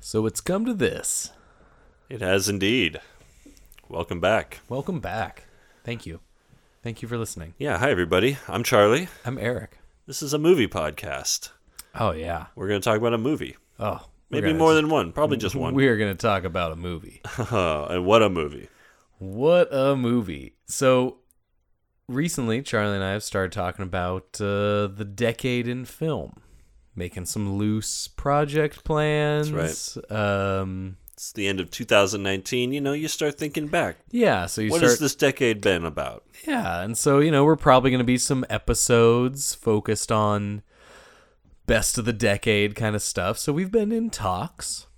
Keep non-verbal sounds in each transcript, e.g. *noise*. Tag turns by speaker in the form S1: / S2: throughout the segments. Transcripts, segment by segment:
S1: So it's come to this.
S2: It has indeed. Welcome back.
S1: Welcome back. Thank you. Thank you for listening.
S2: Yeah, hi everybody. I'm Charlie.
S1: I'm Eric.
S2: This is a movie podcast.
S1: Oh yeah.
S2: We're going to talk about a movie.
S1: Oh,
S2: Maybe more than one, probably
S1: *laughs*
S2: just one.
S1: We are going to talk about a movie.
S2: and what a movie.
S1: What a movie. So recently Charlie and I have started talking about uh, the decade in film, making some loose project plans.
S2: That's
S1: Um
S2: It's the end of 2019. You know, you start thinking back.
S1: yeah, so you
S2: What
S1: start
S2: has this decade been about?
S1: Yeah, and so you know we're probably going to be some episodes focused on best of the decade kind of stuff. So we've been in talks.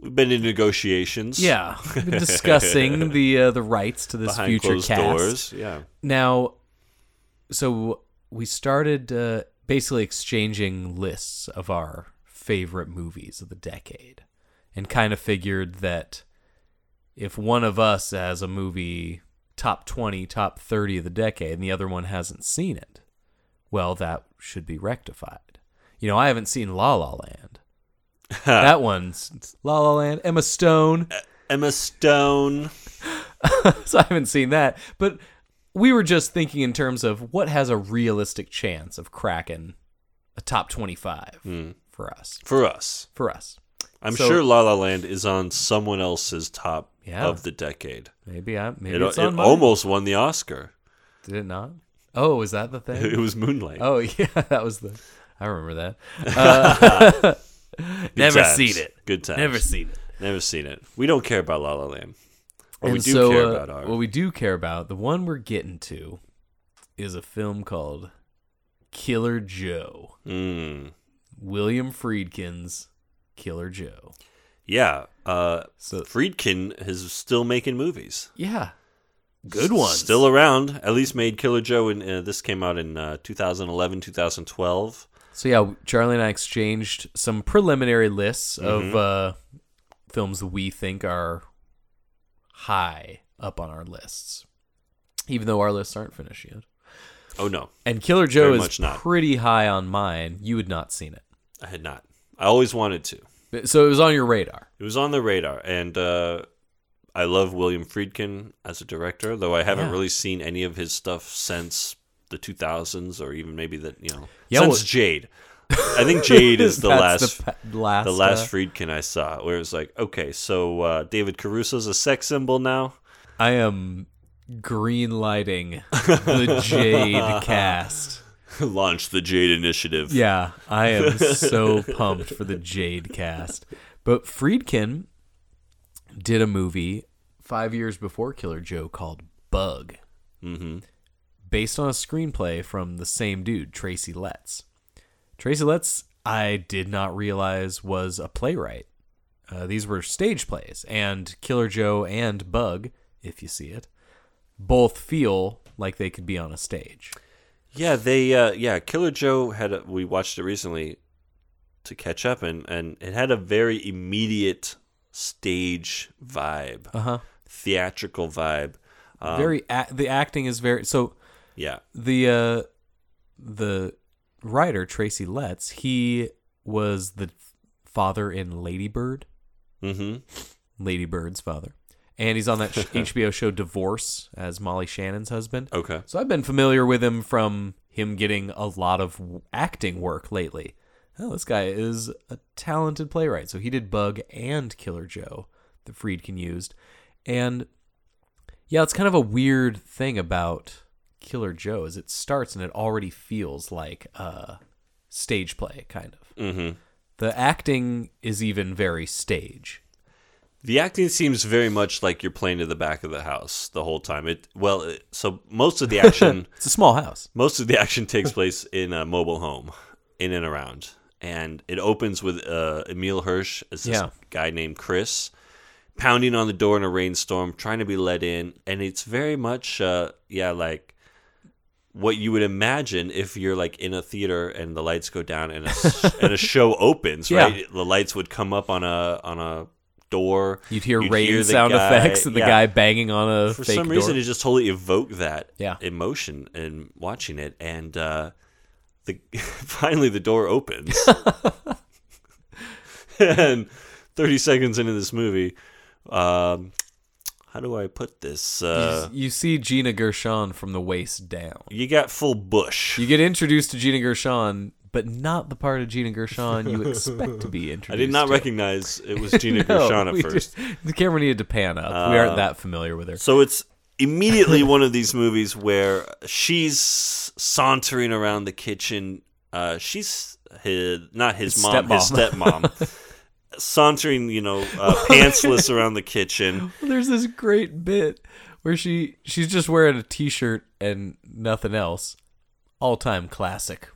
S2: We've been in negotiations.
S1: Yeah, we've
S2: *laughs*
S1: been discussing the uh, the rights to this
S2: Behind
S1: future
S2: closed
S1: cast.
S2: doors. Yeah.
S1: Now, so we started uh, basically exchanging lists of our favorite movies of the decade, and kind of figured that if one of us has a movie top twenty, top thirty of the decade, and the other one hasn't seen it, well, that should be rectified. You know, I haven't seen La La Land. that one's La La Land. Emma Stone
S2: Emma Stone.
S1: *laughs* so I haven't seen that. But we were just thinking in terms of what has a realistic chance of cracking a top 25 for us.
S2: For us.
S1: For us.
S2: Hmm. I'm
S1: So-
S2: sure La La Land is on someone else's top
S1: Yeah.
S2: of the decade.
S1: Maybe I maybe
S2: It,
S1: it's
S2: it
S1: on mine.
S2: almost won the Oscar. *laughs*
S1: Did it not? Oh, is that the thing?
S2: It was Moonlight.
S1: *laughs* Oh yeah, that was the I remember that.
S2: *laughs*
S1: Uh, *laughs* never
S2: times.
S1: seen it.
S2: Good times.
S1: Never seen it.
S2: Never seen it. We don't care about La La Land. Or we
S1: And
S2: do
S1: so,
S2: care
S1: uh,
S2: about our.
S1: What we do care about, the one we're getting to, is a film called Killer Joe.
S2: Mm.
S1: William Friedkin's Killer Joe.
S2: Yeah. Uh,
S1: So
S2: Friedkin is still making movies.
S1: yeah, good ones.
S2: Still around. At least made Killer Joe. And uh, this came out in uh, 2011, 2012.
S1: so yeah, Charlie and I exchanged some preliminary lists
S2: Mm-hmm.
S1: of uh, films that we think are high up on our lists, even though our lists aren't finished yet.
S2: Oh, no.
S1: And Killer Joe
S2: Very
S1: is
S2: much not.
S1: pretty high on mine. You had not seen it,
S2: I had not. I always wanted to.
S1: so it was on your radar.
S2: It was on the radar. And uh, I love William Friedkin as a director, though I haven't
S1: Yeah.
S2: really seen any of his stuff since the 2000s or even maybe that, you know,
S1: Yeah,
S2: since
S1: well-
S2: Jade. I think Jade
S1: *laughs*
S2: is the
S1: That's
S2: last.
S1: the pa- last,
S2: the last
S1: uh,
S2: Friedkin I saw, where it was like, okay, so uh, David Caruso's a sex symbol now. *laughs*
S1: I am green lighting
S2: *laughs*
S1: the Jade cast.
S2: Launch the Jade Initiative.
S1: Yeah, I am so pumped for the Jade cast. But Friedkin did a movie five years before Killer Joe called Bug,
S2: Mm-hmm.
S1: based on a screenplay from the same dude, Tracy Letts. Tracy Letts, I did not realize was a playwright. Uh, these were stage plays, and Killer Joe and Bug, if you see it, both feel like they could be on a stage.
S2: Yeah, they. Uh, yeah, Killer Joe had. A, we watched it recently to catch up, and and it had a very immediate stage vibe,
S1: Uh huh.
S2: theatrical vibe. Um,
S1: very a- the acting is very so.
S2: Yeah.
S1: the uh the writer Tracy Letts, he was the father in Ladybird,
S2: Mm-hmm.
S1: Ladybird's father. And he's on that sh- HBO show Divorce as Molly Shannon's husband.
S2: Okay.
S1: So I've been familiar with him from him getting a lot of w- acting work lately. Oh, this guy is a talented playwright. So he did Bug and Killer Joe that Friedkin used. And yeah, it's kind of a weird thing about Killer Joe is it starts and it already feels like a stage play kind of.
S2: Mm-hmm.
S1: The acting is even very stage.
S2: The acting seems very much like you're playing to the back of the house the whole time. It well, it, so most of the
S1: *laughs*
S2: action.
S1: It's a small house.
S2: *laughs* most of the action takes place in a mobile home, in and around, and it opens with uh, Emil Hirsch as this
S1: Yeah.
S2: guy named Chris pounding on the door in a rainstorm, trying to be let in, and it's very much uh, yeah like what you would imagine if you're like in a theater and the lights go down and a,
S1: *laughs*
S2: s- and a show opens,
S1: Yeah.
S2: right? The lights would come up on a on a door.
S1: You'd hear rain
S2: the
S1: sound
S2: guy-
S1: effects and the
S2: yeah.
S1: guy banging on a
S2: For
S1: fake
S2: some reason,
S1: door.
S2: it just totally evoked that
S1: Yeah.
S2: emotion in watching it, and uh, the *laughs* finally the door
S1: *laughs*
S2: opens, and thirty seconds into this movie, um, how do I put this?
S1: You-
S2: Uh,
S1: you see Gina Gershon from the waist down.
S2: you got full bush.
S1: You get introduced to Gina Gershon, but not the part of Gina Gershon you expect to be introduced.
S2: *laughs* I did not
S1: to.
S2: recognize it
S1: *laughs*
S2: was Gina
S1: No,
S2: Gershon at
S1: we
S2: first. Uh,
S1: just- the camera needed to pan up. we aren't that familiar with her.
S2: So it's immediately one of these movies where she's sauntering around the kitchen. Uh, she's his, not his,
S1: His
S2: mom, his stepmom.
S1: *laughs*
S2: sauntering, you know, uh, pantsless around the kitchen.
S1: *laughs* There's this great bit where she she's just wearing a t-shirt and nothing else. All-time classic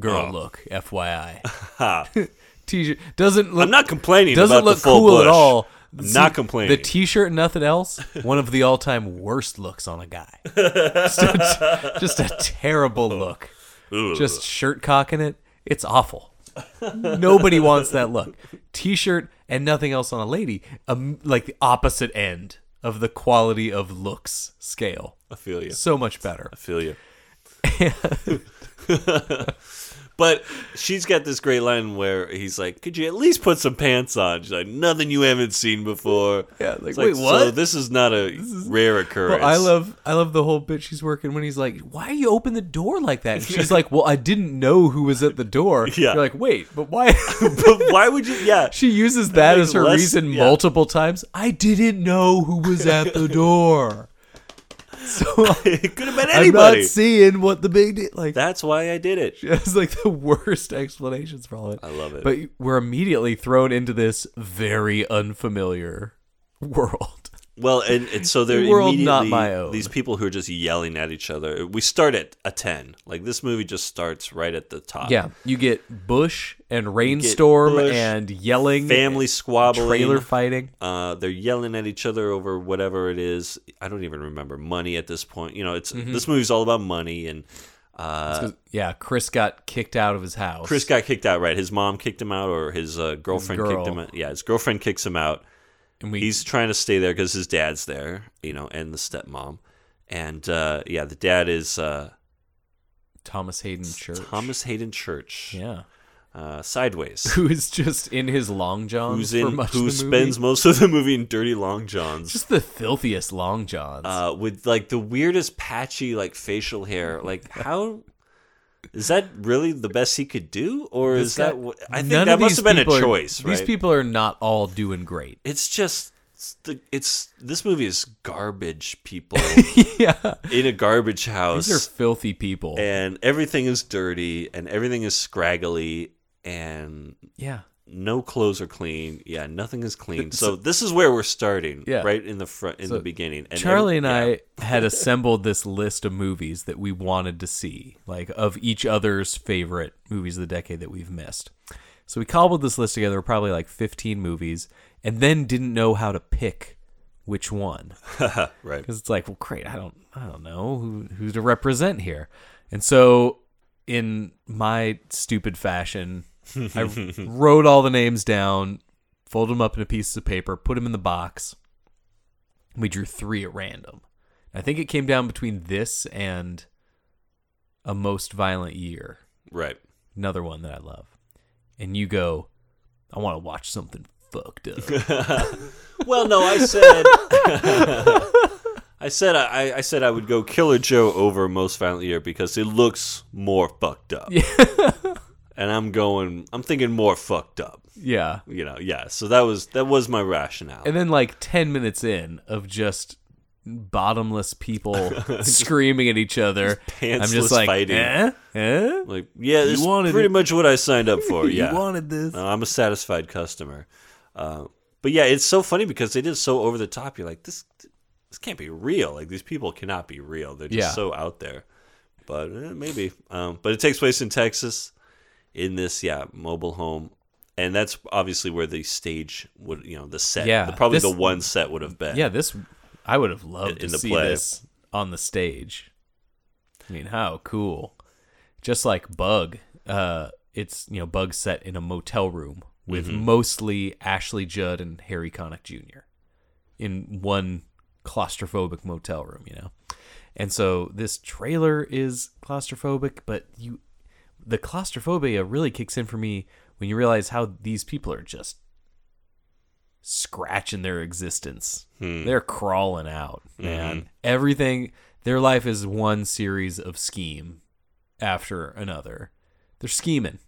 S1: girl
S2: Oh.
S1: look, FYI.
S2: Ha.
S1: *laughs* T-shirt doesn't look
S2: I'm not complaining
S1: doesn't
S2: about
S1: look
S2: the full
S1: cool
S2: bush.
S1: at all.
S2: I'm
S1: See,
S2: not complaining.
S1: The t-shirt, and
S2: *laughs*
S1: nothing else. One of the all-time worst looks on a guy. just, a, just a terrible look.
S2: Ugh.
S1: Just shirt cocking it. It's awful. Nobody wants that look. T-shirt and nothing else on a lady. Um, like the opposite end of the quality of looks scale.
S2: I feel you.
S1: So much better.
S2: I feel you. *laughs* but she's got this great line where he's like, "Could you at least put some pants on?" She's like, "Nothing you haven't seen before."
S1: Yeah, like,
S2: It's
S1: "Wait, what?"
S2: So this is not a rare occurrence.
S1: Well, I love I love the whole bit she's working when he's like, "Why you open the door like that?" And she's like, "Well, I didn't know who was at the door."
S2: *laughs* Yeah.
S1: You're like, "Wait, but why?"
S2: *laughs*
S1: *laughs*
S2: but why would you? Yeah,
S1: she uses that
S2: makes
S1: as her
S2: less-
S1: reason
S2: yeah.
S1: multiple times. I didn't know who was
S2: *laughs*
S1: at the door, so
S2: it could have been
S1: I'm not
S2: anybody.
S1: seeing what the big deal. Like
S2: That's why I did
S1: *laughs*
S2: it.
S1: that's like the worst explanations for all it. I
S2: love it.
S1: But we're immediately thrown into this very unfamiliar world.
S2: Well, and, and so they're
S1: The world
S2: immediately
S1: not my own.
S2: these people who are just yelling at each other. We start at a ten. Like this movie just starts right at the top.
S1: Yeah, you get bush and rainstorm
S2: Ah. bush,
S1: and yelling,
S2: family squabbling,
S1: trailer fighting.
S2: Uh, they're yelling at each other over whatever it is. I don't even remember money at this point. You know, it's
S1: Mm-hmm.
S2: this movie's all about money, and uh,
S1: yeah, Chris got kicked out of his house.
S2: Chris got kicked out. Right, his mom kicked him out, or his uh, girlfriend
S1: girl.
S2: kicked him out. Yeah, his girlfriend kicks him out.
S1: and we,
S2: He's trying to stay there because his dad's there, you know, and the stepmom, and uh, yeah, the dad is uh,
S1: Thomas Hayden Church.
S2: Thomas Hayden Church.
S1: yeah,
S2: Uh, sideways.
S1: *laughs* who is just in his long johns
S2: Who's
S1: for
S2: in?
S1: much
S2: Who
S1: of the
S2: spends
S1: movie.
S2: most of the movie in dirty long johns?
S1: just the filthiest long johns.
S2: uh, with like the weirdest patchy like facial
S1: *laughs*
S2: hair. Like how is that really the best he could do, or
S1: This
S2: is
S1: guy-
S2: that what I think
S1: none of
S2: that must
S1: these
S2: have been a
S1: people are-
S2: choice, right?
S1: These people are not all doing great.
S2: it's just it's, the, it's this movie is garbage
S1: *laughs*
S2: people
S1: yeah,
S2: in a garbage house,
S1: these are filthy people.
S2: and everything is dirty, and everything is scraggly, and
S1: yeah,
S2: no clothes are clean. Yeah, nothing is clean. So this is where we're starting,
S1: Yeah.
S2: right in the front, in
S1: So
S2: the beginning. And
S1: Charlie
S2: every-
S1: and
S2: yeah. *laughs*
S1: I had assembled this list of movies that we wanted to see, like of each other's favorite movies of the decade that we've missed. So we cobbled this list together, probably like 15 movies, and then didn't know how to pick which one
S2: *laughs* right.
S1: because it's like, well, great, I don't, I don't know who who to represent here, and so in my stupid fashion,
S2: *laughs*
S1: I wrote all the names down, folded them up into pieces of paper, put them in the box. We drew three at random. I think it came down between this and a most violent year,
S2: right.
S1: another one that I love, and you go, I want to watch something fucked up.
S2: *laughs* *laughs* Well, no, I said, *laughs* I said, I, I said I would go Killer Joe over Most Violent Year because it looks more fucked up. *laughs* and I'm going, I'm thinking more fucked up.
S1: yeah.
S2: You know, yeah. So that was that was my rationale.
S1: And then like 10 minutes in of just bottomless
S2: *laughs*
S1: people screaming at each other. I'm
S2: pantsless
S1: just like,
S2: fighting.
S1: eh? Eh?
S2: like, yeah, this is
S1: wanted
S2: pretty
S1: it.
S2: much what I signed up for. Yeah, Uh,
S1: *laughs* You wanted this.
S2: No, I'm a satisfied customer. Uh, but yeah, it's so funny because it is so over the top. You're like, this, this can't be real. Like these people cannot be real. They're just
S1: Yeah.
S2: so out there. But eh, maybe. Um, but it takes place in Texas, in this yeah mobile home, and that's obviously where the stage would you know the set
S1: Yeah,
S2: the- probably
S1: this-
S2: the one set would have been
S1: Yeah, this I would have loved
S2: In-
S1: to
S2: in the
S1: see
S2: play.
S1: this on the stage. I mean, how cool! Just like Bug, uh, it's you know Bug set in a motel room with
S2: Mm-hmm.
S1: mostly Ashley Judd and Harry Connick Jr. in one claustrophobic motel room, you know. And so this trailer is claustrophobic, but you the claustrophobia really kicks in for me when you realize how these people are just scratching their existence. They're crawling out, man. Everything their life is one series of scheme after another. They're scheming.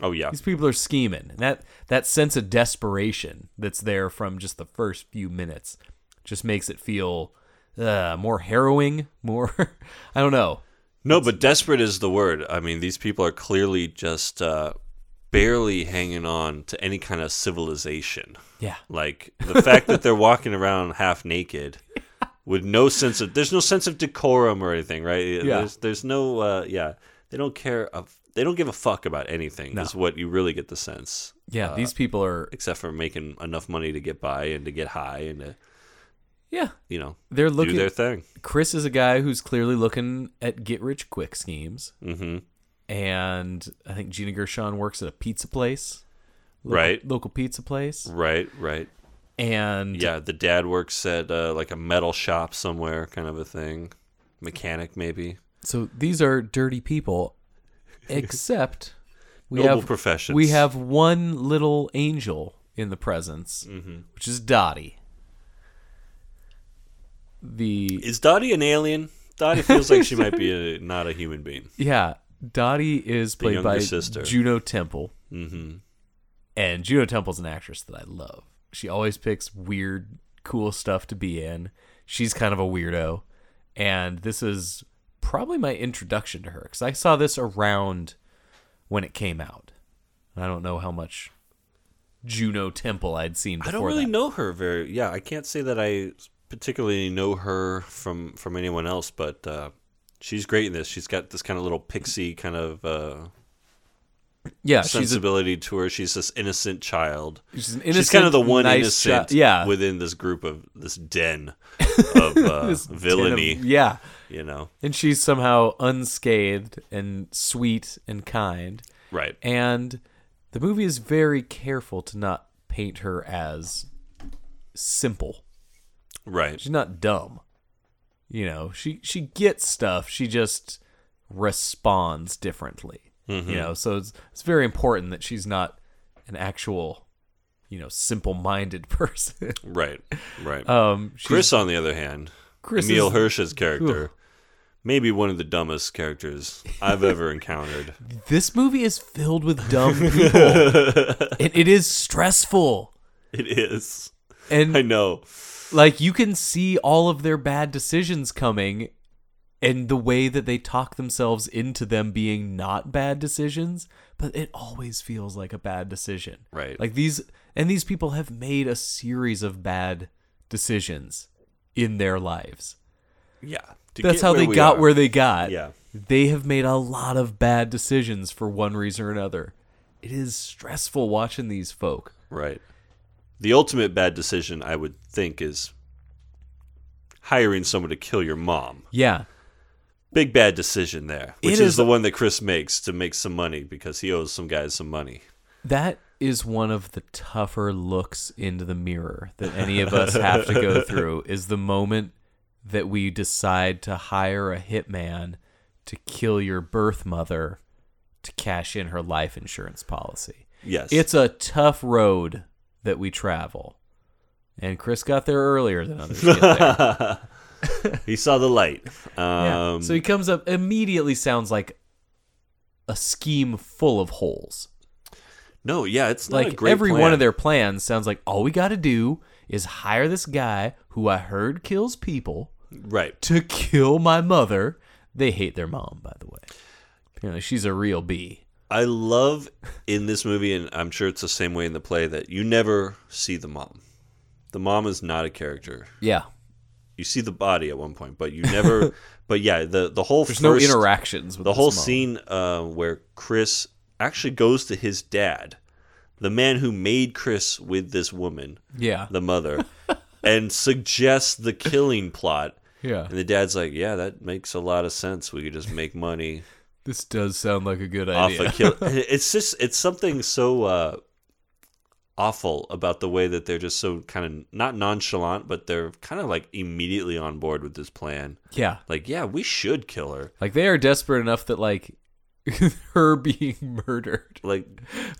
S2: oh yeah
S1: These people are scheming. And that that sense of desperation that's there from just the first few minutes just makes it feel uh, more harrowing, *laughs* more I don't know.
S2: no but desperate is the word I mean these people are clearly just uh, barely hanging on to any kind of civilization
S1: Yeah.
S2: Like the fact that they're walking around half naked with no sense of there's no sense of decorum or anything, right?
S1: Yeah.
S2: There's there's no uh yeah. They don't care of they don't give a fuck about anything is what you really get the sense.
S1: Yeah, these people are
S2: Except for making enough money to get by and to get high and to
S1: yeah,
S2: you know
S1: they're
S2: do
S1: looking
S2: their thing.
S1: Chris is a guy who's clearly looking at get rich quick schemes.
S2: Mm-hmm.
S1: and I think Gina Gershon works at a pizza place, local,
S2: Right.
S1: Local pizza place,
S2: Right, right.
S1: and
S2: Yeah, the dad works at uh, like a metal shop somewhere, kind of a thing. Mechanic maybe.
S1: so these are dirty
S2: *laughs*
S1: people, except we
S2: Noble
S1: have
S2: professions.
S1: we have one little angel in the presence,
S2: Mm-hmm.
S1: which is Dottie. The
S2: Is Dottie an alien? Dottie feels like she might
S1: *laughs*
S2: be a, not a human being.
S1: yeah, Dottie is played
S2: younger
S1: by
S2: sister.
S1: Juno Temple,
S2: Mm-hmm.
S1: and Juno Temple's an actress that I love. She always picks weird, cool stuff to be in. She's kind of a weirdo, and this is probably my introduction to her because I saw this around when it came out. And I don't know how much Juno Temple I'd seen
S2: I
S1: before
S2: don't really
S1: that.
S2: know her very. Yeah, I can't say that I particularly know her from from anyone else, but uh, she's great in this. She's got this kind of little pixie kind of uh,
S1: Yeah, she's, a,
S2: sensibility to her. She's this innocent child.
S1: she's an
S2: she's kind of the
S1: innocent,
S2: one
S1: nice
S2: innocent,
S1: chi- yeah,
S2: within this group of this
S1: *laughs*
S2: den of uh,
S1: tin of-
S2: villainy.
S1: yeah,
S2: You know,
S1: and she's somehow unscathed and sweet and kind.
S2: right?
S1: And the movie is very careful to not paint her as simple.
S2: Right.
S1: She's not dumb. You know, she she gets stuff. She just responds differently.
S2: Mm-hmm.
S1: You know, so it's it's very important that she's not an actual, you know, simple-minded *laughs* person.
S2: Right. Right.
S1: um, she's,
S2: Chris, on the other hand,
S1: Chris
S2: Emil
S1: is-
S2: Hirsch's character, maybe one of the dumbest characters I've ever
S1: *laughs*
S2: encountered.
S1: this movie is filled with dumb people.
S2: *laughs*
S1: it, it is stressful,
S2: It is. *laughs*
S1: and
S2: I know.
S1: like you can see all of their bad decisions coming and the way that they talk themselves into them being not bad decisions but it always feels like a bad decision
S2: Right.
S1: like these and these people have made a series of bad decisions in their lives
S2: Yeah. To
S1: that's
S2: get
S1: how
S2: where
S1: they
S2: we
S1: got
S2: are.
S1: where they got
S2: Yeah.
S1: they have made a lot of bad decisions for one reason or another it is stressful watching these folk
S2: Right. The ultimate bad decision, I would think, is hiring someone to kill your mom.
S1: yeah
S2: Big bad decision there, which
S1: It
S2: is,
S1: is-
S2: the one that Chris makes to make some money because he owes some guys some money.
S1: That is one of the tougher looks into the mirror that any of us have to go
S2: *laughs*
S1: through is the moment that we decide to hire a hitman to kill your birth mother to cash in her life insurance policy.
S2: Yes.
S1: It's a tough road that we travel. And Chris got there earlier than others get there.
S2: *laughs* he saw the light. Um,
S1: Yeah. so he comes up immediately sounds like a scheme full of holes.
S2: no, yeah, it's not a
S1: like
S2: great
S1: every one
S2: plan.
S1: of their plans sounds like all we got to do is hire this guy who I heard kills people
S2: right.
S1: to kill my mother. They hate their mom, by the way. Apparently, she's a real bee.
S2: I love in this movie, and I'm sure it's the same way in the play that you never see the mom. The mom is not a character.
S1: Yeah,
S2: you see the body at one point, but you
S1: *laughs*
S2: never. but yeah, the the whole
S1: there's
S2: first,
S1: no interactions with
S2: The
S1: this
S2: whole
S1: mom.
S2: scene uh, where Chris, actually goes to his dad, the man who made Chris with this woman,
S1: Yeah.
S2: the
S1: *laughs*
S2: mother, and suggests the killing plot.
S1: yeah.
S2: And the dad's like, "Yeah, that makes a lot of sense. We could just make
S1: *laughs*
S2: money
S1: This does sound like a good
S2: off
S1: idea.
S2: a kill." *laughs* It's just it's something so uh, awful about the way that they're just so kind of not nonchalant, but they're kind of like immediately on board with this plan.
S1: *laughs* yeah.
S2: Like, yeah, we should kill her.
S1: Like they are desperate enough that like *laughs* her being *laughs* murdered
S2: Like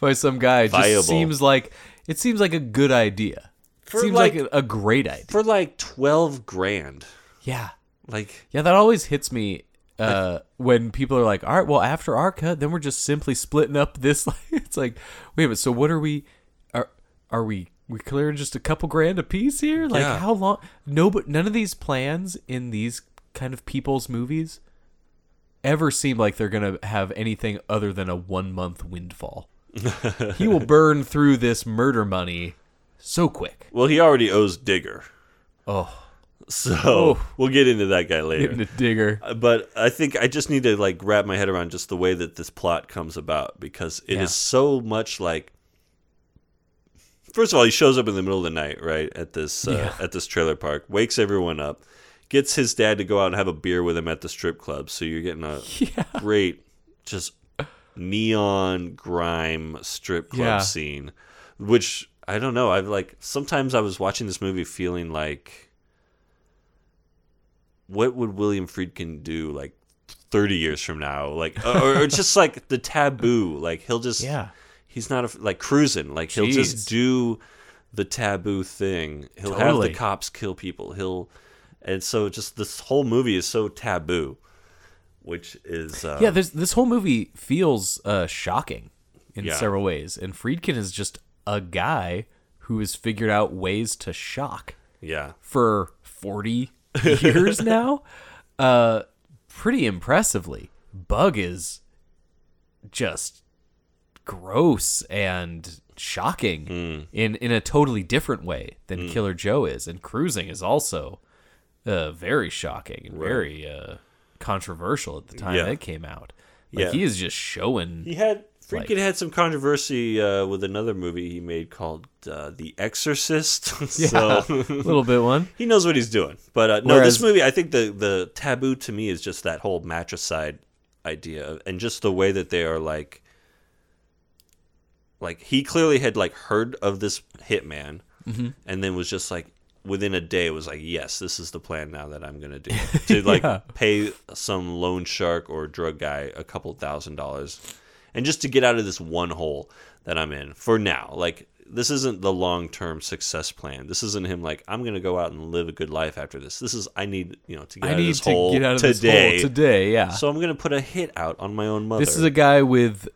S1: by some guy just
S2: Viable.
S1: seems like it seems like a good idea.
S2: For,
S1: seems like,
S2: like-
S1: a, a great idea.
S2: for like twelve grand.
S1: yeah.
S2: Like,
S1: Yeah, that always hits me uh, when people are like, "All right, well, after our cut, then we're just simply splitting up this." *laughs* Like, it's like, wait a minute. So what are we? Are are we we clearing just a couple grand a piece here? Like
S2: Yeah.
S1: how long? No, but none of these plans in these kind of people's movies ever seem like they're gonna have anything other than a one month windfall. he will burn through this murder money so quick.
S2: well, he already owes Digger,
S1: Oh,
S2: so
S1: Oh.
S2: we'll get into that guy
S1: getting
S2: later.
S1: a digger.
S2: Uh, But I think I just need to like wrap my head around just the way that this plot comes about because it is
S1: Yeah.
S2: so much like. First of all, he shows up in the middle of the night, right at this uh, at this trailer park, wakes everyone up, gets his dad to go out and have a beer with him at the strip club. So you're getting
S1: *laughs*
S2: a great, just neon grime strip club
S1: Yeah.
S2: scene, which I don't know. I've like sometimes I was watching this movie feeling like, what would William Friedkin do like thirty years from now? Like, or, or just like the taboo. Like he'll just
S1: Yeah.
S2: He's not a, like cruising. Like he'll
S1: Jeez.
S2: just do the taboo thing. He'll have
S1: Totally.
S2: the cops kill people. He'll and so just this whole movie is so taboo, which is uh,
S1: yeah there's, this whole movie feels uh, shocking in
S2: Yeah.
S1: several ways and friedkin is just a guy who has figured out ways to shock
S2: yeah.
S1: for 40 *laughs* years now uh, pretty impressively bug is just gross and shocking
S2: Hmm.
S1: in, in a totally different way than killer joe is and cruising is also uh, very shocking and very uh, controversial at the time
S2: Yeah.
S1: that it came out like
S2: Yeah.
S1: he is just
S2: *laughs*
S1: showing
S2: He had Friedkin
S1: Like-
S2: had some controversy uh, with another movie he made called uh, The Exorcist. *laughs* so
S1: a little bit one
S2: he knows what he's doing. But uh, no,
S1: Whereas-
S2: this movie, I think the the taboo to me is just that whole matricide idea, and just the way that they are like, like he clearly had like heard of this hitman,
S1: Mm-hmm.
S2: and then was just like within a day was like, yes, this is the plan now that I'm gonna do
S1: *laughs*
S2: to like pay some loan shark or drug guy a couple thousand dollars, and just to get out of this one hole that I'm in for now, like. This isn't the long-term success plan. This isn't him like I'm going to go out and live a good life after this. This is I need you know to get
S1: i
S2: out
S1: need
S2: of this
S1: to
S2: hole
S1: get out of
S2: today.
S1: this hole today yeah
S2: So I'm gonna put a hit out on my own mother.
S1: This is a guy with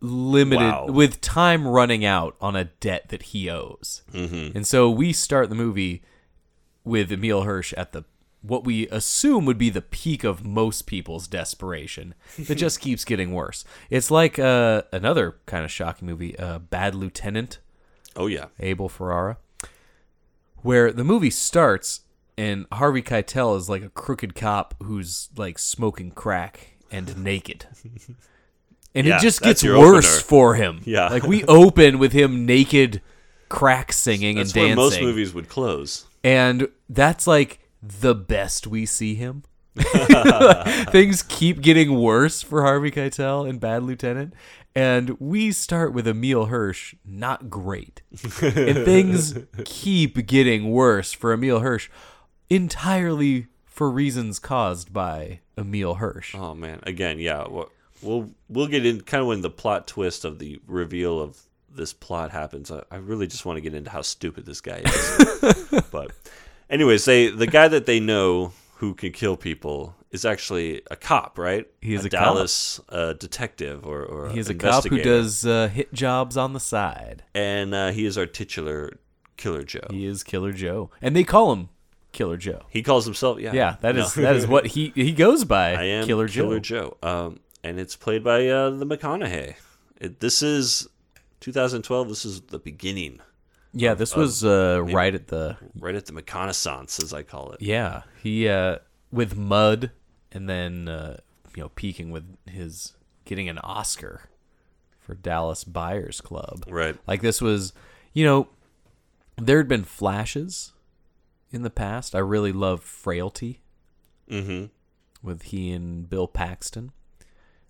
S1: limited
S2: Wow.
S1: with time running out on a debt that he owes. Mm-hmm. And so we start the movie with Emil Hirsch at the what we assume would be the peak of most
S2: *laughs*
S1: people's desperation that just keeps getting worse. It's like uh, another kind of shocking movie, uh, Bad Lieutenant.
S2: oh yeah,
S1: Abel Ferrara, where the movie starts and Harvey Keitel is like a crooked cop who's like smoking crack
S2: *laughs*
S1: and naked. And
S2: Yeah,
S1: it just
S2: that's
S1: gets
S2: your
S1: worse
S2: opener.
S1: for him.
S2: Yeah.
S1: Like we open with him naked crack singing
S2: that's
S1: and dancing.
S2: where most movies would close.
S1: And that's like the best we see
S2: *laughs*
S1: him. Things keep getting worse for Harvey Keitel in Bad Lieutenant. And we start with Emil Hirsch, not great. and things keep getting worse for Emil Hirsch, entirely for reasons caused by Emil Hirsch.
S2: Oh man, again, yeah. We'll we'll, we'll get in kind of when the plot twist of the reveal of this plot happens. I, I really just want to get into how stupid this guy is.
S1: *laughs*
S2: but anyways, they the guy that they know who can kill people is actually a cop, right?
S1: He is a cop.
S2: Dallas Uh, detective or, or
S1: He is a cop who
S2: Uh, investigator.
S1: does uh, hit jobs on the side.
S2: and uh, he is our titular killer Joe.
S1: He is Killer Joe. And they call him Killer Joe.
S2: He calls himself yeah
S1: Yeah, that
S2: *laughs*
S1: is
S2: No.
S1: that is what he he goes
S2: *laughs*
S1: by.
S2: I am
S1: Killer,
S2: Killer
S1: Joe.
S2: Joe. Um, and it's played by uh, the McConaughey. It, this is 2012. This is the beginning,
S1: Yeah, this was uh, right at the
S2: right at the McConaissance, as I call it.
S1: yeah he uh, with Mud, and then uh, you know peaking with his getting an Oscar for Dallas Buyers Club.
S2: Right.
S1: Like this was, you know, there had been flashes in the past. I really loved Frailty
S2: Mm-hmm.
S1: with he and Bill Paxton.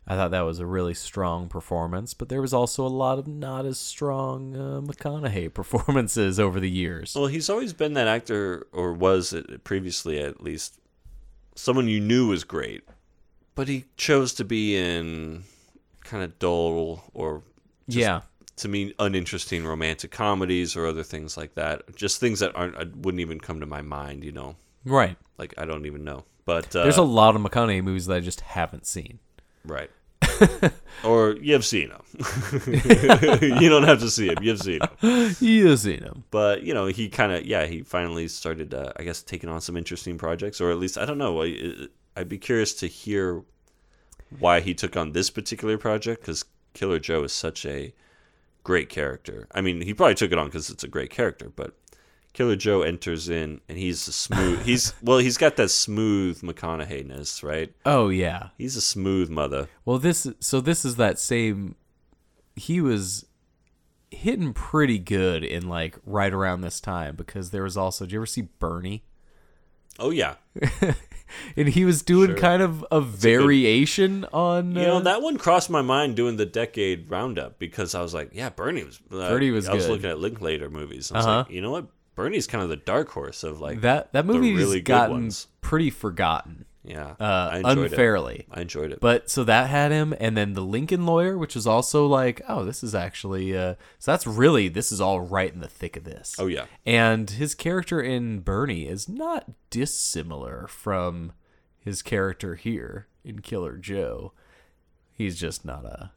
S1: I thought that was a really strong performance, but there was also a lot of not as strong uh, McConaughey *laughs* performances over the years.
S2: Well, he's always been that actor, or was it previously at least, someone you knew was great, but he chose to be in kind of dull or
S1: yeah,
S2: to me uninteresting romantic comedies or other things like that. Just things that aren't uh, wouldn't even come to my mind, you know.
S1: right.
S2: Like I don't even know, but uh,
S1: There's a lot of McConaughey movies that I just haven't
S2: *laughs*
S1: seen.
S2: right. or you've seen him. *laughs* you don't have to see him. You've seen him.
S1: You've seen him.
S2: but you know he kind of yeah he finally started uh, i guess taking on some interesting projects or at least i don't know I, i'd be curious to hear why he took on this particular project because killer joe is such a great character i mean he probably took it on because it's a great character but killer joe enters in and he's a smooth he's well he's got that smooth mcconaughey-ness right
S1: Oh yeah.
S2: he's a smooth mother
S1: Well, this so this is that same. He was hitting pretty good in like right around this time because there was also. Did you ever see Bernie?
S2: oh yeah
S1: And he was doing kind of a variation on.
S2: You know,
S1: uh,
S2: that one crossed my mind doing the decade roundup because I was like, yeah, Bernie was. Uh,
S1: Bernie was
S2: I was
S1: good.
S2: looking at Linklater movies. And I was
S1: Uh-huh.
S2: like, you know what? Bernie's kind of the dark horse of like
S1: that that movie's
S2: really good
S1: gotten
S2: ones.
S1: pretty forgotten
S2: Yeah,
S1: uh,
S2: I enjoyed
S1: unfairly.
S2: It. I enjoyed it.
S1: But so that had him, and then the Lincoln Lawyer, which was also like, oh, this is actually uh, so that's really this is all right in the thick of this.
S2: oh yeah,
S1: And his character in Bernie is not dissimilar from his character here in Killer Joe. He's just not a.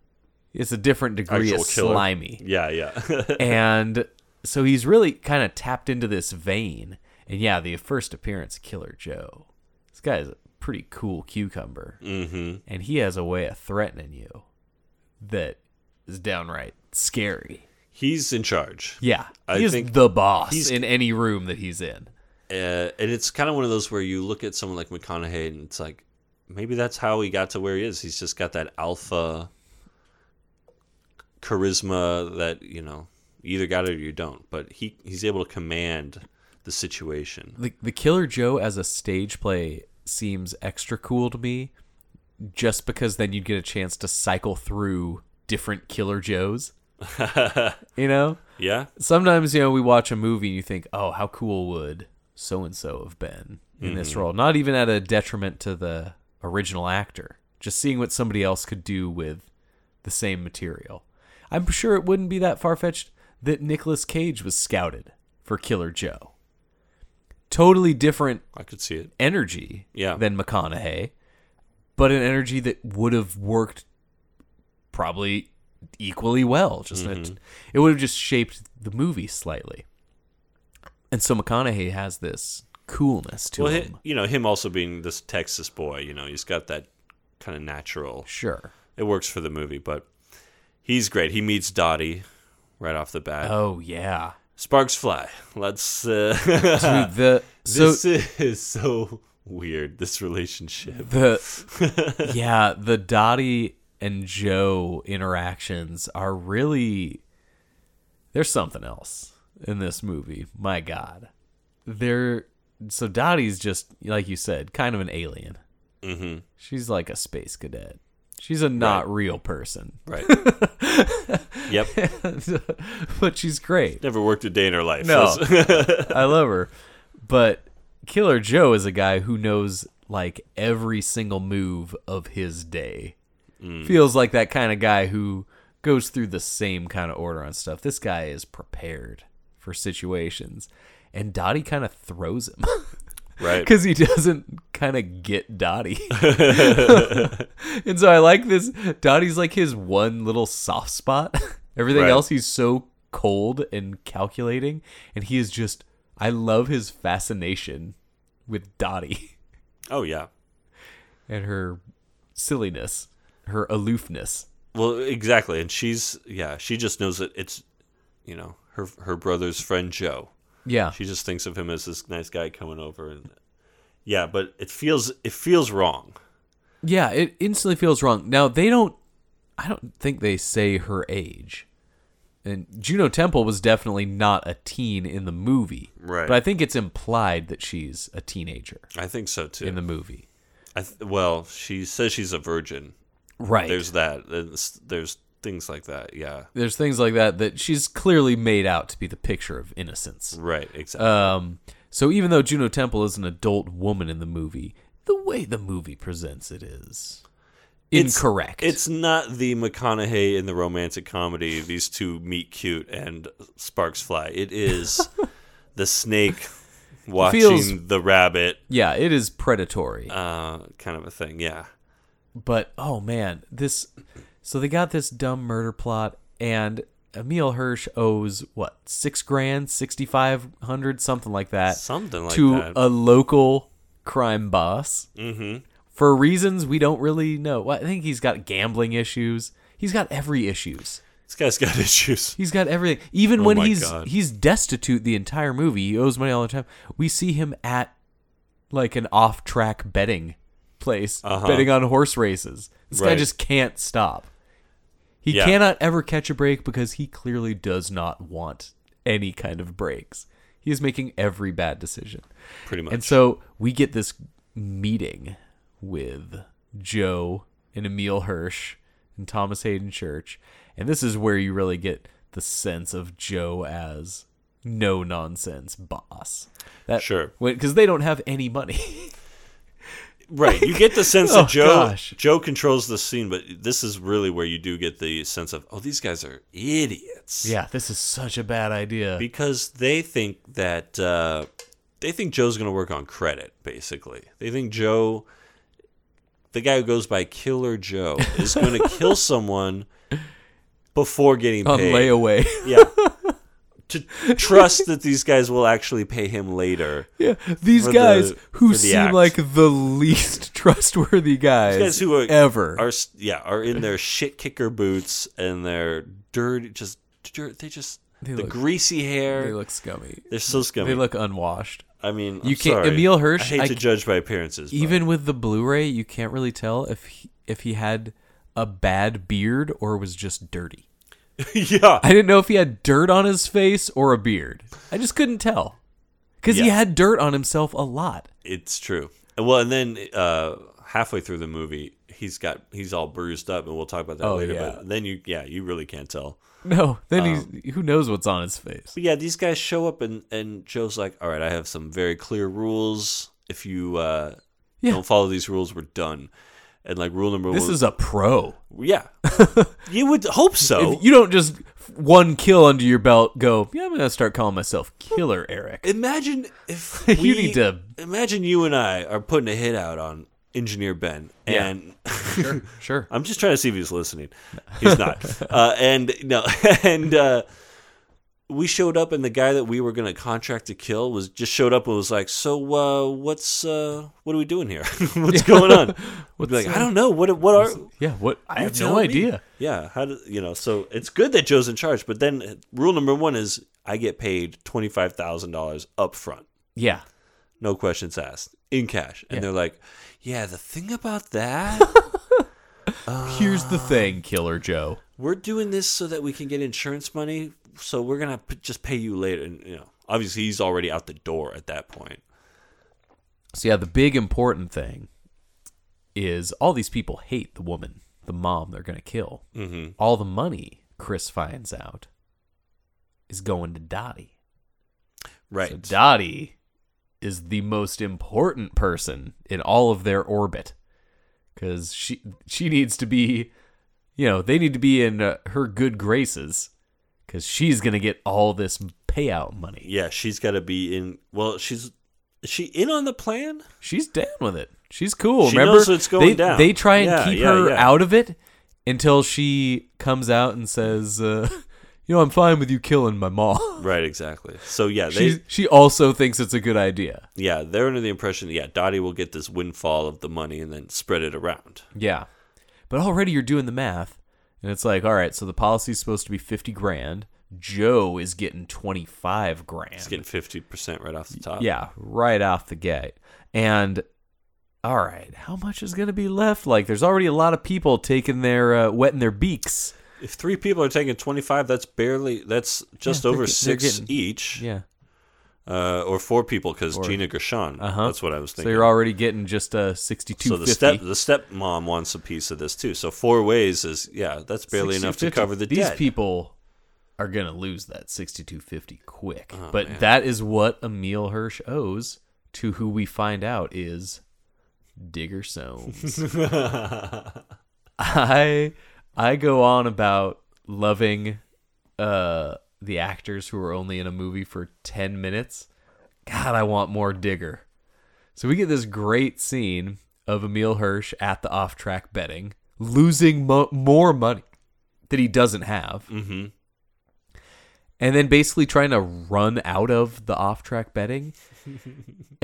S1: It's a different degree
S2: Actual
S1: of
S2: killer.
S1: slimy.
S2: *laughs* yeah, yeah.
S1: and so he's really kind of tapped into this vein. And yeah, the first appearance of Killer Joe. This guy is a pretty cool cucumber.
S2: mm-hmm.
S1: And he has a way of threatening you that is downright scary.
S2: He's in charge,
S1: Yeah.
S2: I
S1: He is
S2: think
S1: the boss
S2: he's-
S1: in any room that he's in.
S2: uh, and it's kind of one of those where you look at someone like McConaughey and it's like, maybe that's how he got to where he is. He's just got that alpha charisma that you know you either got it or you don't. But he he's able to command the situation.
S1: The, the Killer Joe as a stage play seems extra cool to me just because then you'd get a chance to cycle through different Killer Joes. you know?
S2: Yeah,
S1: sometimes you know we watch a movie and you think, oh, how cool would so and so have been in this role? Not even at a detriment to the original actor. Just seeing what somebody else could do with the same material. I'm sure it wouldn't be that far fetched that Nicolas Cage was scouted for Killer Joe. Totally different
S2: I could see it.
S1: energy
S2: Yeah.
S1: than McConaughey, but an energy that would have worked probably equally well. Just that
S2: Mm-hmm.
S1: it would have just shaped the movie slightly. And so McConaughey has this coolness to
S2: Well, hi
S1: him.
S2: you know him also being this Texas boy. You know he's got that kind of natural.
S1: sure.
S2: It works for the movie, but he's great. He meets Dottie right off the bat. *laughs*
S1: Oh yeah.
S2: Sparks fly. Let's. Uh,
S1: Dude, the so
S2: this is so weird. This
S1: *laughs*
S2: relationship.
S1: the yeah the Dottie and Joe interactions are really there's something else in this movie. My God, they're so Dottie's just like you said, kind of an alien.
S2: Mhm.
S1: She's like a space cadet. She's a not real person,
S2: Right. yep.
S1: *laughs* but she's great.
S2: Never worked a day in her life.
S1: No.
S2: That's-
S1: *laughs* I love her. But Killer Joe is a guy who knows like every single move of his day.
S2: Mm.
S1: Feels like that kind of guy who goes through the same kind of order on stuff. This guy is prepared for situations. And Dottie kind of throws him *laughs*
S2: right.
S1: because he doesn't kind of get Dottie.
S2: *laughs*
S1: *laughs* and so I like this. Dottie's like his one little soft spot. *laughs* Everything
S2: Right.
S1: else, he's so cold and calculating. And he is just, I love his fascination with Dottie *laughs*
S2: Oh yeah.
S1: and her silliness, her aloofness.
S2: Well, exactly. And she's yeah. She just knows that it's you know her her brother's friend Joe.
S1: Yeah.
S2: She just thinks of him as this nice guy coming over and yeah. But it feels it feels wrong.
S1: Yeah, it instantly feels wrong. Now, they don't, I don't think they say her age. And Juno Temple was definitely not a teen in the movie.
S2: Right.
S1: But I think it's implied that she's a teenager
S2: I think so too.
S1: in the movie.
S2: I th- well, she says she's a virgin.
S1: Right.
S2: There's that. There's, there's things like that. Yeah.
S1: There's things like that that she's clearly made out to be the picture of innocence.
S2: Right. Exactly.
S1: Um, so even though Juno Temple is an adult woman in the movie, the way the movie presents it is
S2: It's-
S1: incorrect.
S2: It's not the McConaughey in the romantic comedy. These two meet cute and sparks fly. It
S1: *laughs*
S2: is the snake watching
S1: Feels-
S2: the rabbit,
S1: yeah, it is predatory.
S2: uh, kind of a thing. Yeah,
S1: but oh man, this so they got this dumb murder plot and Emil Hirsch owes what six grand, sixty five hundred, something like that,
S2: something like
S1: to
S2: that.
S1: a local crime boss mm-hmm. for reasons we don't really know. Well, I think he's got gambling issues. He's got every issues.
S2: this guy's got *laughs* issues.
S1: He's got everything. Even
S2: Oh
S1: when
S2: my
S1: he's
S2: God.
S1: he's destitute the entire movie, he owes money all the time. We see him at like an off-track betting place,
S2: Uh-huh.
S1: betting on horse races. This guy
S2: Right.
S1: just can't stop. He
S2: Yeah.
S1: cannot ever catch a break because he clearly does not want any kind of breaks. He is making every bad decision.
S2: Pretty much.
S1: And so we get this meeting with Joe and Emil Hirsch and Thomas Hayden Church. And this is where you really get the sense of Joe as no nonsense boss. That,
S2: Sure.
S1: Because they don't have any money. *laughs*
S2: right, you get the sense
S1: Oh,
S2: that Joe
S1: gosh.
S2: Joe controls the scene, but this is really where you do get the sense of oh, these guys are idiots.
S1: yeah, this is such a bad idea.
S2: because they think that uh, they think Joe's going to work on credit. Basically, they think Joe, the guy who goes by Killer Joe, is going
S1: *laughs*
S2: to kill someone before getting
S1: on
S2: paid.
S1: layaway.
S2: *laughs*
S1: *laughs*
S2: Yeah, to trust that these guys will actually pay him later.
S1: yeah. These
S2: For the-
S1: guys
S2: for
S1: who
S2: the
S1: seem
S2: act.
S1: like the least *laughs* trustworthy guys,
S2: These guys who are
S1: ever.
S2: are s- yeah are in their shit kicker boots and their dirty just dirt, they just the
S1: look-
S2: greasy hair.
S1: they look scummy.
S2: are so scummy.
S1: They look unwashed.
S2: I mean,
S1: You
S2: I'm
S1: can't-
S2: sorry.
S1: Emil Hirsch,
S2: I hate
S1: I
S2: to
S1: c-
S2: judge by appearances. but-
S1: even with the Blu-ray, you can't really tell if he, if he had a bad beard or was just dirty. *laughs*
S2: yeah,
S1: I didn't know if he had dirt on his face or a beard. I just couldn't tell because he
S2: Yeah.
S1: had dirt on himself a lot.
S2: it's true. Well, and then uh, halfway through the movie, he's got he's all bruised up, and we'll talk about that
S1: Oh,
S2: later.
S1: yeah.
S2: But then you, yeah, you really can't tell.
S1: No, then
S2: Um,
S1: he's who knows what's on his face.
S2: But yeah, these guys show up, and and Joe's like, "All right, I have some very clear rules. If you uh,
S1: Yeah.
S2: don't follow these rules, we're done." And like rule number
S1: This
S2: one,
S1: is a pro. *laughs*
S2: yeah, you would hope so.
S1: If you don't just one kill under your belt, go. Yeah, I'm gonna start calling myself Killer Eric.
S2: Imagine if
S1: *laughs* You
S2: we-
S1: need to-
S2: imagine you and I are putting a hit out on Engineer Ben,
S1: Yeah.
S2: and *laughs*
S1: Sure.
S2: I'm just trying to see if he's listening. He's not.
S1: *laughs*
S2: uh, and no, *laughs* and uh, we showed up, and the guy that we were going to contract to kill was just showed up and was like, "So, uh, what's uh, what are we doing here? *laughs* what's going
S1: *laughs*
S2: on?" We'd be like, "I don't know. What what are?"
S1: Yeah. What? uh, I have
S2: You
S1: no
S2: tell me.
S1: idea.
S2: Yeah, how do you know? So it's good that Joe's in charge, but then uh, rule number one is I get paid twenty five thousand dollars up front
S1: Yeah.
S2: no questions asked in cash and
S1: Yeah.
S2: they're like yeah the thing about that
S1: *laughs* Here's the
S2: Uh,
S1: thing, Killer Joe.
S2: we're doing this so that we can get insurance money so we're gonna p- just pay you later and you know obviously he's already out the door at that point
S1: So yeah, the big important thing is all these people hate the woman, the mom they're gonna kill. Mm-hmm. All the money Chris finds out is going to Dottie.
S2: right
S1: So Dottie is the most important person in all of their orbit because she she needs to be, you know, they need to be in uh, her good graces because she's gonna get all this payout money.
S2: yeah she's gotta be in well she's is she in on the plan
S1: She's down with it. She's cool.
S2: She
S1: Remember,
S2: knows what's going
S1: they,
S2: down.
S1: they try and
S2: Yeah,
S1: keep
S2: yeah,
S1: her
S2: yeah.
S1: out of it until she comes out and says, uh, *laughs* "You know, I'm fine with you killing my mom." *laughs*
S2: right exactly so yeah they
S1: She she also thinks it's a good idea.
S2: yeah they're under the impression that, yeah dottie will get this windfall of the money and then spread it around
S1: Yeah, but already you're doing the math, and it's like, all right, so the policy's supposed to be fifty grand. Joe is getting twenty five grand.
S2: it's getting 50% right off the top
S1: Yeah, right off the gate. And all right, how much is going to be left? Like, there's already a lot of people taking their, uh, wetting their beaks.
S2: If three people are taking 25, that's barely, that's just
S1: Yeah, they're
S2: over
S1: get- they're
S2: 6
S1: getting-
S2: each.
S1: Yeah.
S2: Uh, or four people because
S1: Or-
S2: Gina Gershon.
S1: Uh huh.
S2: That's what I was
S1: So
S2: thinking.
S1: you're already getting just uh, 62
S2: So the step the stepmom wants a piece of this too. So four ways is yeah, that's barely enough to cover the
S1: These
S2: debt.
S1: people are going to lose that 6250 quick.
S2: Oh,
S1: but that is what Emil Hirsch owes to who we find out is Digger Soames. I I go on about loving uh the actors who are only in a movie for 10 minutes. God, I want more Digger. So we get this great scene of Emil Hirsch at the off-track betting, losing mo- more money that he doesn't have. Mm-hmm. And then basically trying to run out of the off track betting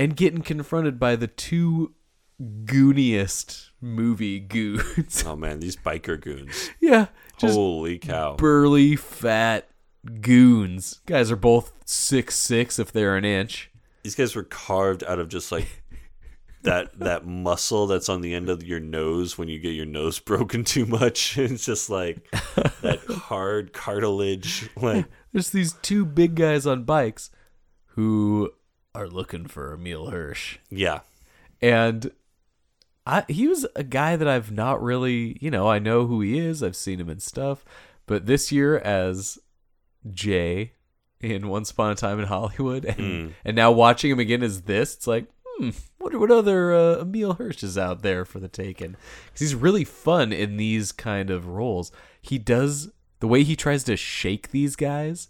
S1: and getting confronted by the two gooniest movie *laughs* goons.
S2: *laughs* oh man, these biker goons!
S1: yeah. Just
S2: Holy cow!
S1: burly, fat goons. Guys are both six six if they're an inch.
S2: these guys were carved out of just
S1: *laughs*
S2: like that that muscle that's on the end of your nose when you get your nose *laughs* broken too much. *laughs* It's just like
S1: *laughs*
S2: that hard cartilage. Like
S1: There's these two big guys on bikes who are looking for Emil Hirsch.
S2: yeah,
S1: and I he was a guy that I've not really, you know, I know who he is. I've seen him in stuff, but this year as Jay in Once Upon a Time in Hollywood, and and now watching him again as this, it's like. Hmm, wonder what other uh, Emil Hirsch is out there for the taking. 'Cause he's really fun in these kind of roles. He does the way he tries to shake these guys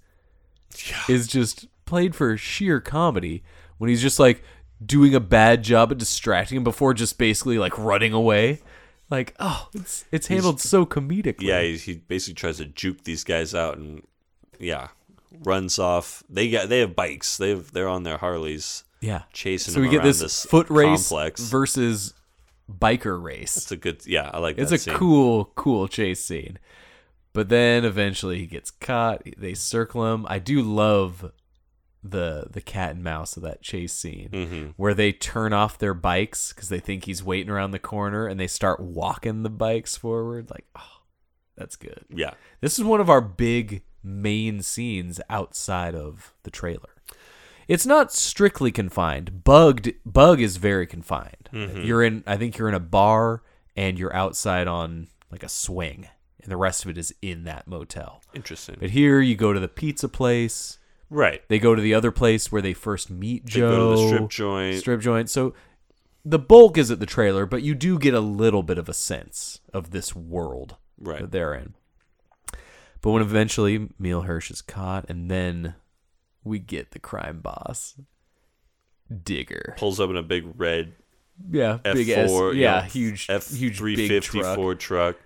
S1: is just played for sheer comedy when he's just like doing a bad job at distracting him before just basically like running away. Like, oh, it's it's handled so comedically.
S2: yeah. He, he basically tries to juke these guys out and yeah, runs off. They got they have bikes. They have they're on their Harleys.
S1: yeah.
S2: chasing
S1: So we
S2: him
S1: get
S2: around
S1: this,
S2: this
S1: foot race
S2: complex.
S1: versus biker race.
S2: It's a good yeah. I like
S1: It's
S2: that
S1: a
S2: scene.
S1: cool, cool chase scene. But then eventually he gets caught. They circle him. I do love the the cat and mouse of that chase scene
S2: Mm-hmm.
S1: where they turn off their bikes because they think he's waiting around the corner and they start walking the bikes forward. Like, oh, that's good.
S2: Yeah.
S1: This is one of our big main scenes outside of the trailer. It's not strictly confined. Bugged bug is very confined. You're in I think you're in a bar and you're outside on like a swing and the rest of it is in that motel.
S2: Interesting.
S1: But here you go to the pizza place.
S2: right.
S1: They go to the other place where they first meet
S2: They
S1: Joe.
S2: go to the strip joint.
S1: Strip joint. So the bulk is at the trailer, but you do get a little bit of a sense of this world
S2: Right.
S1: that they're in. But when eventually Emil Hirsch is caught, and then we get the crime boss, Digger.
S2: Pulls up in a big red
S1: Yeah,
S2: F4.
S1: big S.
S2: you
S1: Yeah,
S2: know,
S1: huge,
S2: F
S1: huge, big
S2: 350
S1: truck.
S2: Ford truck.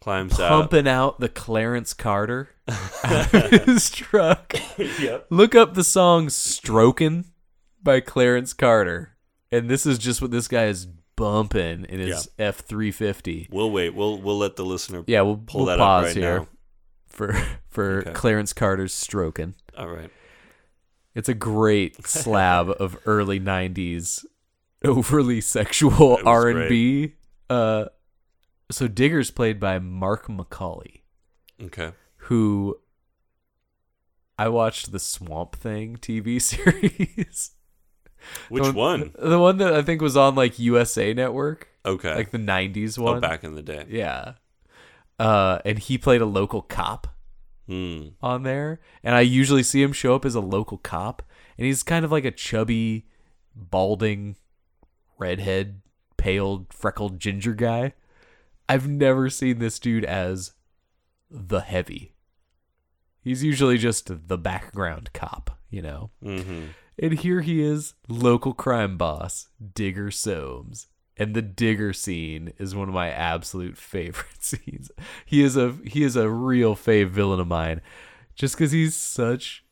S2: Climbs out.
S1: pumping out the Clarence
S2: *laughs*
S1: Carter out of his truck.
S2: Yep.
S1: Look up the song "Strokin" by Clarence Carter, and this is just what this guy is bumping in his F three fifty.
S2: We'll wait. We'll we'll let the listener.
S1: Yeah, we'll,
S2: pull
S1: we'll
S2: that
S1: pause
S2: up right
S1: here
S2: now.
S1: for for
S2: Okay.
S1: Clarence Carter's "Strokin."
S2: All right.
S1: It's
S2: *laughs*
S1: a great slab of early '90s overly sexual
S2: It was
S1: R and B. Uh, so Digger's played by Mark McCauley.
S2: Okay.
S1: who I watched the Swamp Thing TV *laughs* series.
S2: Which
S1: The
S2: one?
S1: The one that I think was on like USA Network,
S2: Okay.
S1: like the '90s
S2: oh,
S1: one.
S2: back in the day.
S1: Yeah, uh, and he played a local cop
S2: Hmm.
S1: on there, and I usually see him show up as a local cop, and he's kind of like a chubby, balding, redhead, pale, freckled ginger guy. I've never seen this dude as the heavy. He's usually just the background cop, you know.
S2: Mm-hmm.
S1: And here he is, local crime boss, Digger Soames. And the digger scene is one of my absolute favorite *laughs* scenes. He is a he is a real fave villain of mine. Just because he's such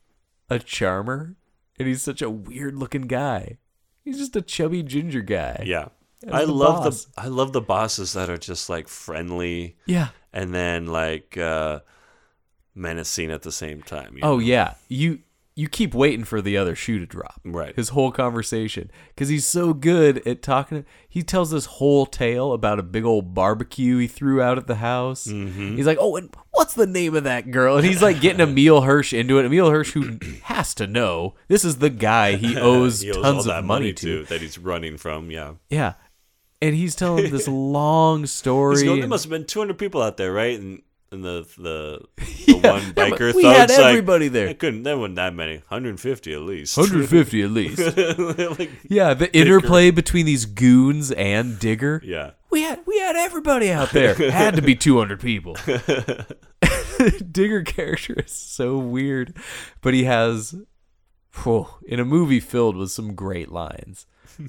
S1: a charmer and he's such a weird looking guy. He's just a chubby ginger guy.
S2: Yeah.
S1: As
S2: I
S1: the
S2: love
S1: boss.
S2: the I love the bosses that are just like friendly
S1: Yeah.
S2: and then like uh menacing at the same time. you
S1: Oh
S2: know?
S1: yeah. You you keep waiting for the other shoe to drop.
S2: Right.
S1: His whole conversation. Because he's so good at talking. He tells this whole tale about a big old barbecue he threw out at the house.
S2: Mm-hmm.
S1: He's like, oh, and what's the name of that girl? And he's like getting Emil Hirsch into it. Emil Hirsch, who *clears throat* has to know, this is the
S2: *laughs*
S1: guy he owes
S2: He owes all
S1: tons
S2: that
S1: of money to.
S2: that he's running from. Yeah,
S1: Yeah. And he's
S2: *laughs*
S1: telling this long story.
S2: He's going, there
S1: and-
S2: must have been 200 people out there, right? And, and the the,
S1: *laughs*
S2: the one
S1: yeah,
S2: biker
S1: but we had
S2: thug's like,
S1: everybody there.
S2: It couldn't. There wasn't that many. 150 at least.
S1: 150 at least.
S2: *laughs* Like,
S1: Yeah, the interplay between these goons and Digger.
S2: yeah.
S1: We had we had everybody out there. *laughs* had to be 200 *laughs* people. Digger character is so weird, but he has whew, in a movie filled with some great lines.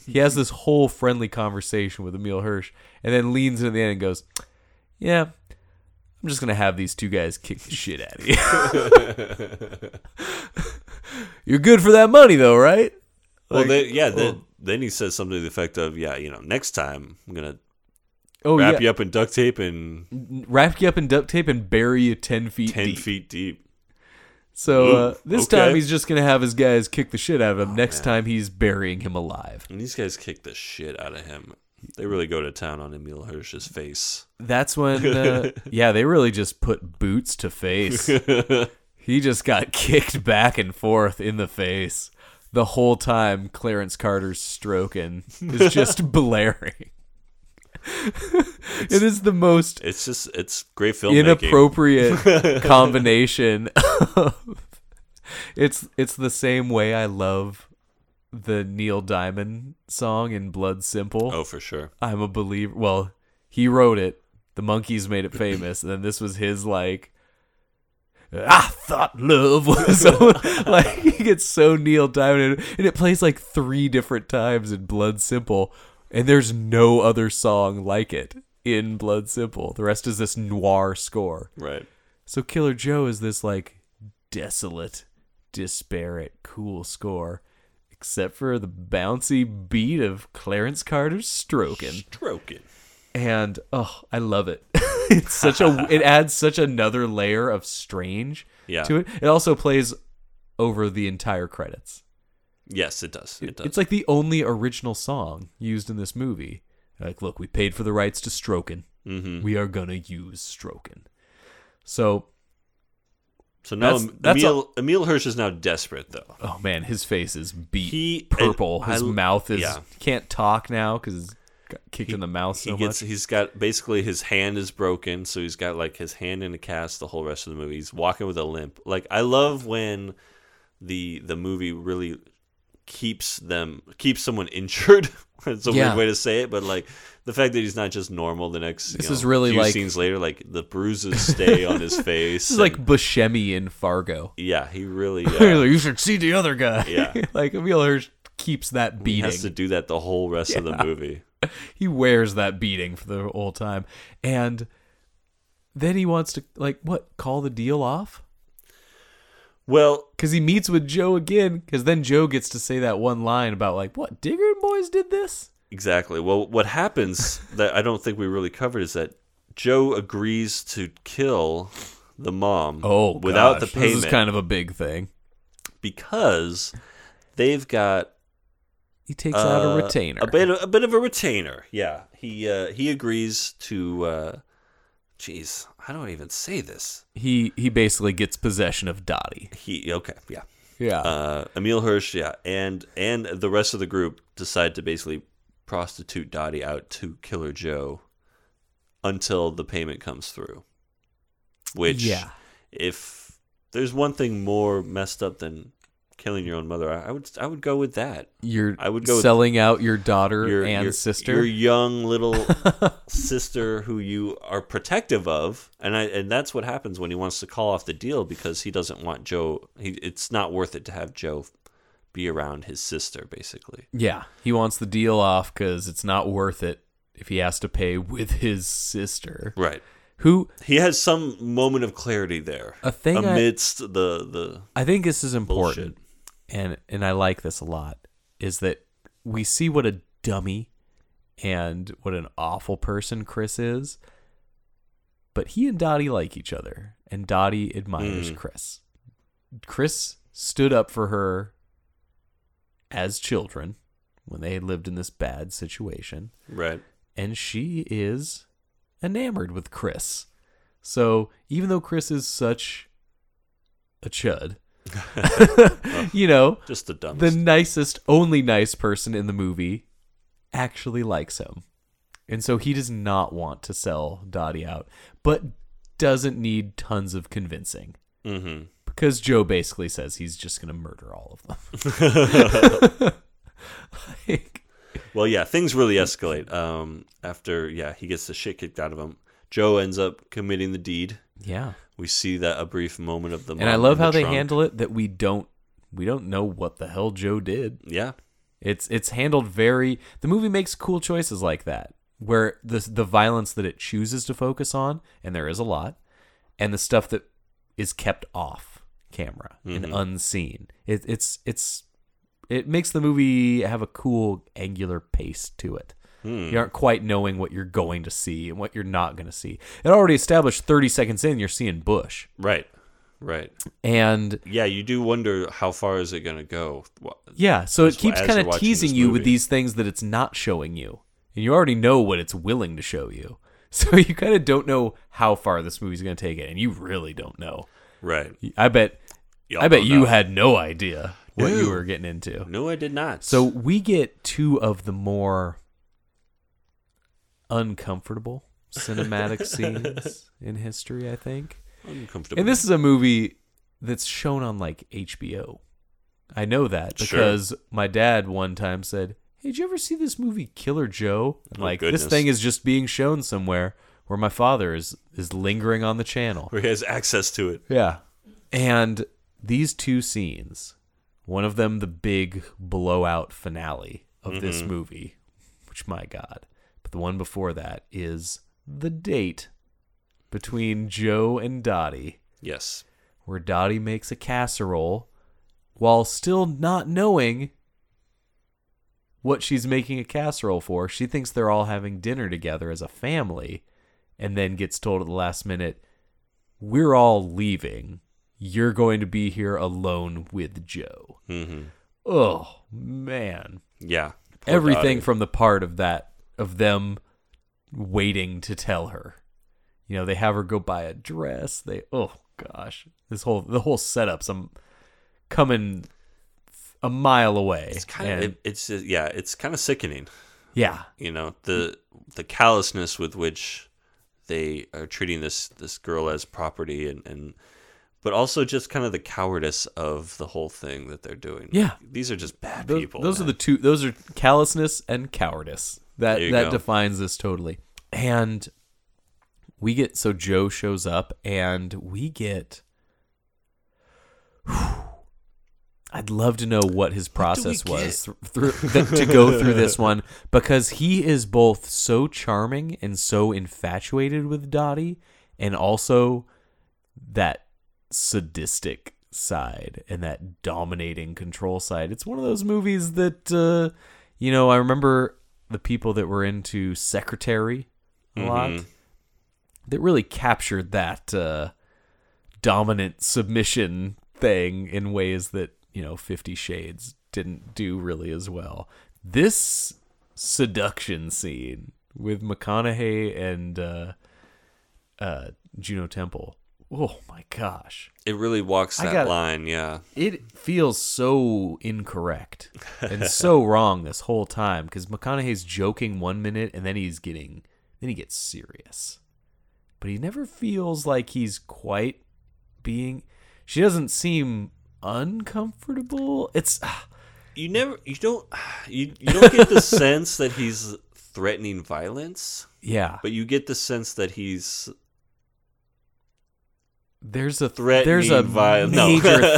S1: He has this whole friendly conversation with Emil Hirsch and then leans in at the end and goes, "Yeah, I'm just going to have these two guys kick the shit out of you." *laughs* You're good for that money though, right?
S2: Well,
S1: Like,
S2: then, yeah. Then, then he says something to the effect of, "Yeah, you know, next time I'm gonna
S1: oh
S2: wrap
S1: yeah.
S2: you up in duct tape and
S1: wrap you up in duct tape and bury you 10 feet
S2: ten
S1: deep.
S2: feet deep."
S1: So uh,
S2: Ooh,
S1: this
S2: okay.
S1: time he's just going to have his guys kick the shit out of him. Next time he's burying him alive.
S2: And these guys kick the shit out of him. They really go to town on Emil Hirsch's face.
S1: That's when, uh, yeah, they really just put boots to face. he just got kicked back and forth in the face. The whole time Clarence Carter's stroking is just blaring. *laughs* it is the most
S2: It's just, it's great filmmaking. *laughs*
S1: inappropriate combination of it's it's the same way I love the Neil Diamond song in Blood Simple.
S2: Oh, for sure.
S1: I'm a believer. Well, he wrote it. The monkeys made it famous, and then this was his like. I thought love was *laughs* so, like he gets so Neil Diamond, and it plays like three different times in Blood Simple, and there's no other song like it in Blood Simple. The rest is this noir score.
S2: Right.
S1: So Killer Joe is this like desolate, disparate, cool score, except for the bouncy beat of Clarence Carter's stroking
S2: Stroking.
S1: and oh, I love it. *laughs* it's such a
S2: *laughs*
S1: it adds such another layer of strange
S2: Yeah.
S1: to it. It also plays over the entire credits.
S2: Yes, it does. It does.
S1: It's like the only original song used in this movie. Like, look, we paid for the rights to Strokin. Mm-hmm. We are gonna use Strokin. So,
S2: so now
S1: that's- that's a-
S2: Emil, Emil Hirsch is now desperate, though.
S1: oh man, his face is beat
S2: He-
S1: purple.
S2: and
S1: His
S2: I-
S1: mouth is
S2: yeah.
S1: can't talk now because he's got kicked in the mouth so
S2: he gets,
S1: much.
S2: he's got basically his hand is broken, so he's got like his hand in a cast the whole rest of the movie. He's walking with a limp. Like I love when the the movie really keeps them keeps someone *laughs* injured. it's a
S1: Yeah.
S2: weird way to say it, but like the fact that he's not just normal the next
S1: This
S2: you know,
S1: is really
S2: few
S1: like-
S2: scenes later, like the
S1: *laughs*
S2: bruises stay on his face.
S1: This is like Buscemi in Fargo.
S2: yeah, he
S1: *laughs*
S2: really
S1: He's
S2: uh,
S1: like, you should see the other guy.
S2: Yeah.
S1: *laughs* like Emil Hirsch keeps that
S2: he
S1: beating.
S2: has to do that the whole rest of the movie.
S1: He wears that beating for the whole time, and then he wants to like what call the deal off
S2: Well,
S1: because he meets with Joe again. Because then Joe gets to say that one line about like what Digger and Boys did this.
S2: Exactly. Well, what happens that I don't think we really covered is that Joe agrees to kill the mom Oh, without the payment
S1: Oh, this is kind of a big thing.
S2: because they've got
S1: He takes out
S2: uh,
S1: a retainer.
S2: a bit of, a bit of a retainer. Yeah, he uh, he agrees to. Uh, geez, I don't even say this.
S1: he he basically gets possession of Dottie.
S2: He okay, yeah.
S1: Yeah,
S2: Uh, Emil Hirsch, yeah, and and the rest of the group decide to basically prostitute Dottie out to Killer Joe until the payment comes through. Which,
S1: Yeah.
S2: if there's one thing more messed up than killing your own mother, I, I would I would go with that.
S1: you're
S2: I would go with-
S1: selling out your daughter
S2: Your
S1: and
S2: your-
S1: sister.
S2: your young
S1: *laughs*
S2: little sister who you are protective of, and I and that's what happens when he wants to call off the deal because he doesn't want Joe. He, it's not worth it to have Joe be around his sister, basically.
S1: Yeah, he wants the deal off because it's not worth it if he has to pay with his sister.
S2: Right.
S1: Who
S2: He has some moment of clarity there
S1: A thing I-
S2: amidst the the
S1: I think this is important, and and I like this a lot, is that we see what a dummy and what an awful person Chris is, but he and Dottie like each other, and Dottie admires Chris. Chris stood up for her as children when they had lived in this bad situation
S2: Right.
S1: and she is enamored with Chris. So even though Chris is such a chud, *laughs* you know,
S2: Just the
S1: the
S2: dumbest.
S1: nicest, only nice person in the movie actually likes him. And so he does not want to sell Dottie out, but doesn't need tons of convincing
S2: mm-hmm.
S1: because Joe basically says he's just going to murder all of them. *laughs* like,
S2: Well, yeah, things really escalate. Um, after yeah, he gets the shit kicked out of him. Joe ends up committing the deed.
S1: yeah.
S2: We see that a brief moment of the
S1: and I love how they handle it that we don't we don't know what the hell Joe did.
S2: Yeah,
S1: It's it's handled very the movie makes cool choices like that where the the violence that it chooses to focus on and there is a lot and the stuff that is kept off camera
S2: Mm-hmm.
S1: and unseen. It, it's it's it makes the movie have a cool angular pace to it.
S2: Hmm.
S1: You aren't quite knowing what you're going to see and what you're not going to see. It already established 30 seconds in you're seeing Bush
S2: right, right.
S1: and
S2: Yeah, you do wonder how far is it gonna go. Wha-
S1: Yeah, so it
S2: That's why-
S1: keeps
S2: as
S1: kind
S2: you're
S1: of
S2: watching
S1: teasing
S2: this
S1: you with
S2: movie.
S1: these things that it's not showing you. And you already know what it's willing to show you. *laughs* So you kind of don't know how far this movie's going to take it and you really don't know.
S2: Right.
S1: I bet
S2: Y'all
S1: I bet
S2: don't
S1: you
S2: know.
S1: had no idea what you
S2: No.
S1: were getting into.
S2: No, I did not.
S1: So we get two of the more uncomfortable
S2: *laughs*
S1: cinematic scenes in history, I think.
S2: uncomfortable.
S1: And this is a movie that's shown on like HBO. I know that
S2: Sure.
S1: because my dad one time said, "Hey, did you ever see this movie Killer Joe?" I'm
S2: Oh,
S1: like,
S2: goodness.
S1: this thing is just being shown somewhere where my father is is lingering on the channel.
S2: where he has access to it.
S1: Yeah. And these two scenes, one of them the big blowout finale of
S2: Mm-hmm.
S1: this movie, which my god. But the one before that is the date between Joe and Dottie
S2: Yes.
S1: where Dottie makes a casserole while still not knowing what she's making a casserole for. She thinks they're all having dinner together as a family and then gets told at the last minute, We're all leaving. You're going to be here alone with Joe.
S2: Mm-hmm.
S1: Oh, man.
S2: Yeah. Poor
S1: Everything
S2: Dottie.
S1: from the part of that, of them waiting to tell her. You know, they have her go buy a dress. They oh gosh, this whole the whole setup's um coming a mile away.
S2: It's kind of
S1: And-
S2: it, it's just- yeah, it's kind of sickening.
S1: yeah,
S2: You know the the callousness with which they are treating this this girl as property and and but also just kind of the cowardice of the whole thing that they're doing.
S1: Yeah.
S2: These are just bad
S1: those,
S2: people.
S1: those are the
S2: man.
S1: two. Those are callousness and cowardice. That
S2: There you
S1: that
S2: go.
S1: defines this totally. And we get so Joe shows up, and we get. *sighs* I'd love to know what his process was through, th- to go through this
S2: *laughs*
S1: one because he is both so charming and so infatuated with Dottie, and also that sadistic side and that dominating control side. It's one of those movies that uh, you know, I remember the people that were into Secretary a lot that really captured that uh, dominant submission thing in ways that, you know, 50 Shades didn't do really as well. This seduction scene with McConaughey and uh, uh, Juno Temple. Oh my gosh
S2: it really walks
S1: I
S2: that
S1: got-
S2: line, yeah.
S1: it feels so incorrect and
S2: *laughs*
S1: so wrong this whole time because McConaughey's joking one minute and then he's getting then he gets serious, but he never feels like he's quite being. She doesn't seem uncomfortable. It's *sighs* ah,
S2: You never you don't you, you don't get the sense that he's threatening violence,
S1: yeah.
S2: but you get the sense that he's
S1: There's a
S2: Threatening
S1: there's a
S2: viol- no.
S1: major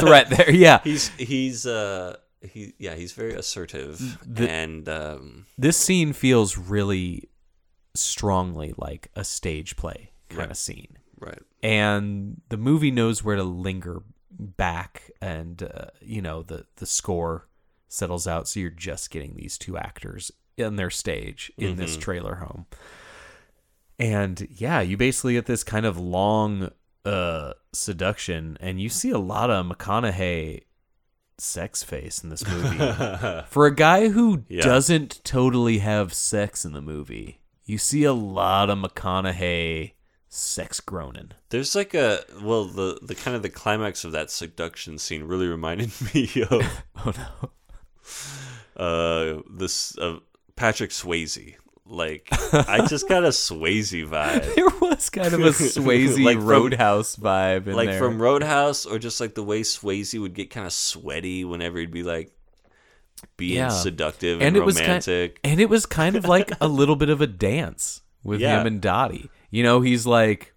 S2: *laughs*
S1: threat there. Yeah,
S2: he's he's uh he yeah, he's very assertive
S1: The-
S2: and um
S1: this scene feels really strongly like a stage play kind
S2: Right.
S1: of scene.
S2: right.
S1: and the movie knows where to linger back and uh, you know the the score settles out so you're just getting these two actors in their stage in this trailer home and yeah you basically get this kind of long uh seduction and you see a lot of mcconaughey sex face in this movie. For a guy who
S2: Yeah.
S1: doesn't totally have sex in the movie, you see a lot of McConaughey sex groaning.
S2: There's like a well, the the kind of the climax of that seduction scene really reminded *laughs* me of
S1: *laughs* Oh no.
S2: uh this of Patrick Swayze. Like I just got a Swayze vibe.
S1: There was
S2: *laughs*
S1: kind of a Swayze
S2: Like from-
S1: Roadhouse vibe in
S2: like
S1: there.
S2: from Roadhouse, or just like the way Swayze would get kind of sweaty whenever he'd be like being
S1: Yeah.
S2: seductive and,
S1: and it was
S2: romantic.
S1: Kind, and it was kind of like
S2: *laughs*
S1: a little bit of a dance with
S2: Yeah.
S1: him and Dottie. You know, he's like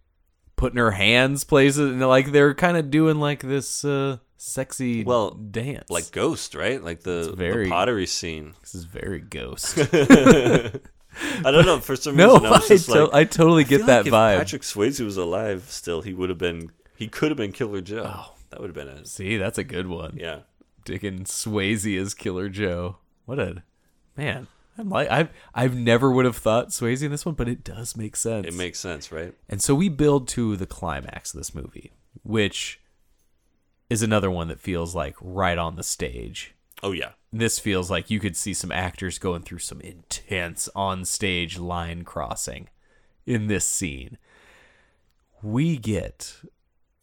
S1: putting her hands places, and like they're kind of doing like this uh, sexy
S2: Well,
S1: dance.
S2: like Ghost, right? Like the,
S1: It's very-
S2: the pottery
S1: *laughs*
S2: scene.
S1: this is
S2: *laughs*
S1: very ghost.
S2: I don't know. For some
S1: no,
S2: reason, I
S1: *laughs* I,
S2: was just
S1: to-
S2: like,
S1: I totally get
S2: feel
S1: that
S2: like if
S1: vibe.
S2: Patrick Swayze was alive still, he would have been. He could have been Killer Joe.
S1: Oh.
S2: That would have been a
S1: See, that's a good one.
S2: yeah.
S1: Digging Swayze as Killer Joe. What a man. I'm like I've I've never would have thought Swayze in this one, but it does make sense.
S2: It makes sense, right?
S1: And so we build to the climax of this movie, which is another one that feels like right on the stage.
S2: Oh yeah,
S1: This feels like you could see some actors going through some intense on stage line crossing in this scene. We get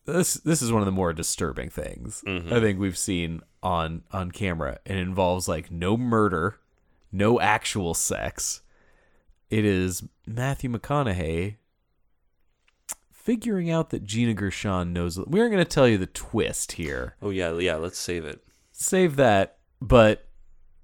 S1: this this is one of the more disturbing things I think we've seen on on camera. It involves like no murder, no actual sex. It is Matthew McConaughey figuring out that Gina Gershon knows. We aren't going to tell you the twist here.
S2: oh yeah, yeah. Let's save it.
S1: Save that. But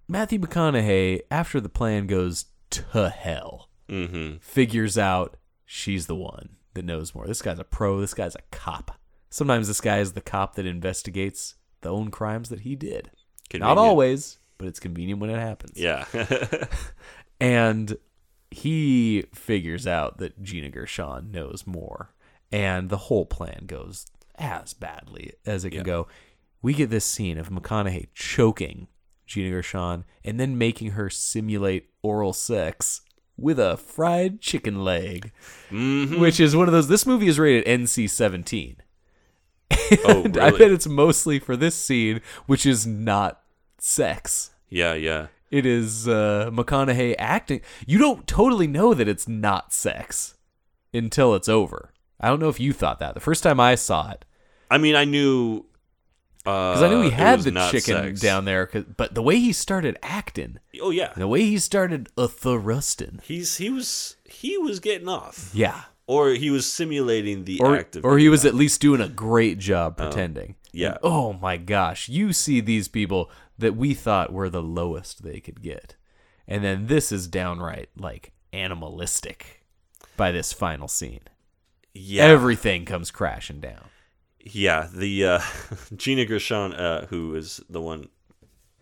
S1: Matthew McConaughey, after the plan goes to hell,
S2: Mm-hmm.
S1: figures out she's the one that knows more. This guy's a pro. This guy's a cop. Sometimes this guy is the cop that investigates the own crimes that he did. Not always, but it's convenient when it happens.
S2: Yeah. *laughs*
S1: And he figures out that Gina Gershon knows more. And the whole plan goes as badly as it can go. We get this scene of McConaughey choking Gina Gershon and then making her simulate oral sex with a fried chicken leg,
S2: Mm-hmm.
S1: which is one of those. This movie is rated NC 17.
S2: oh
S1: *laughs* And I bet
S2: really?
S1: it's mostly for this scene, which is not sex.
S2: Yeah, yeah.
S1: It is uh, McConaughey acting. You don't totally know that it's not sex until it's over. I don't know if you thought that the first time I saw it
S2: I mean, I knew uh,
S1: because
S2: because
S1: I knew he had the chicken down there. 'cause- but the way he started acting,
S2: Oh yeah,
S1: the way he started a thrusting,
S2: he's he was he was getting off,
S1: yeah,
S2: or he was simulating the
S1: or
S2: act of
S1: or he was at least doing a great job pretending.
S2: yeah.
S1: oh my gosh, you see these people that we thought were the lowest they could get. And then this is downright like animalistic by this final scene.
S2: yeah,
S1: Everything comes crashing down.
S2: yeah. The uh, *laughs* Gina Gershon, uh, who is the one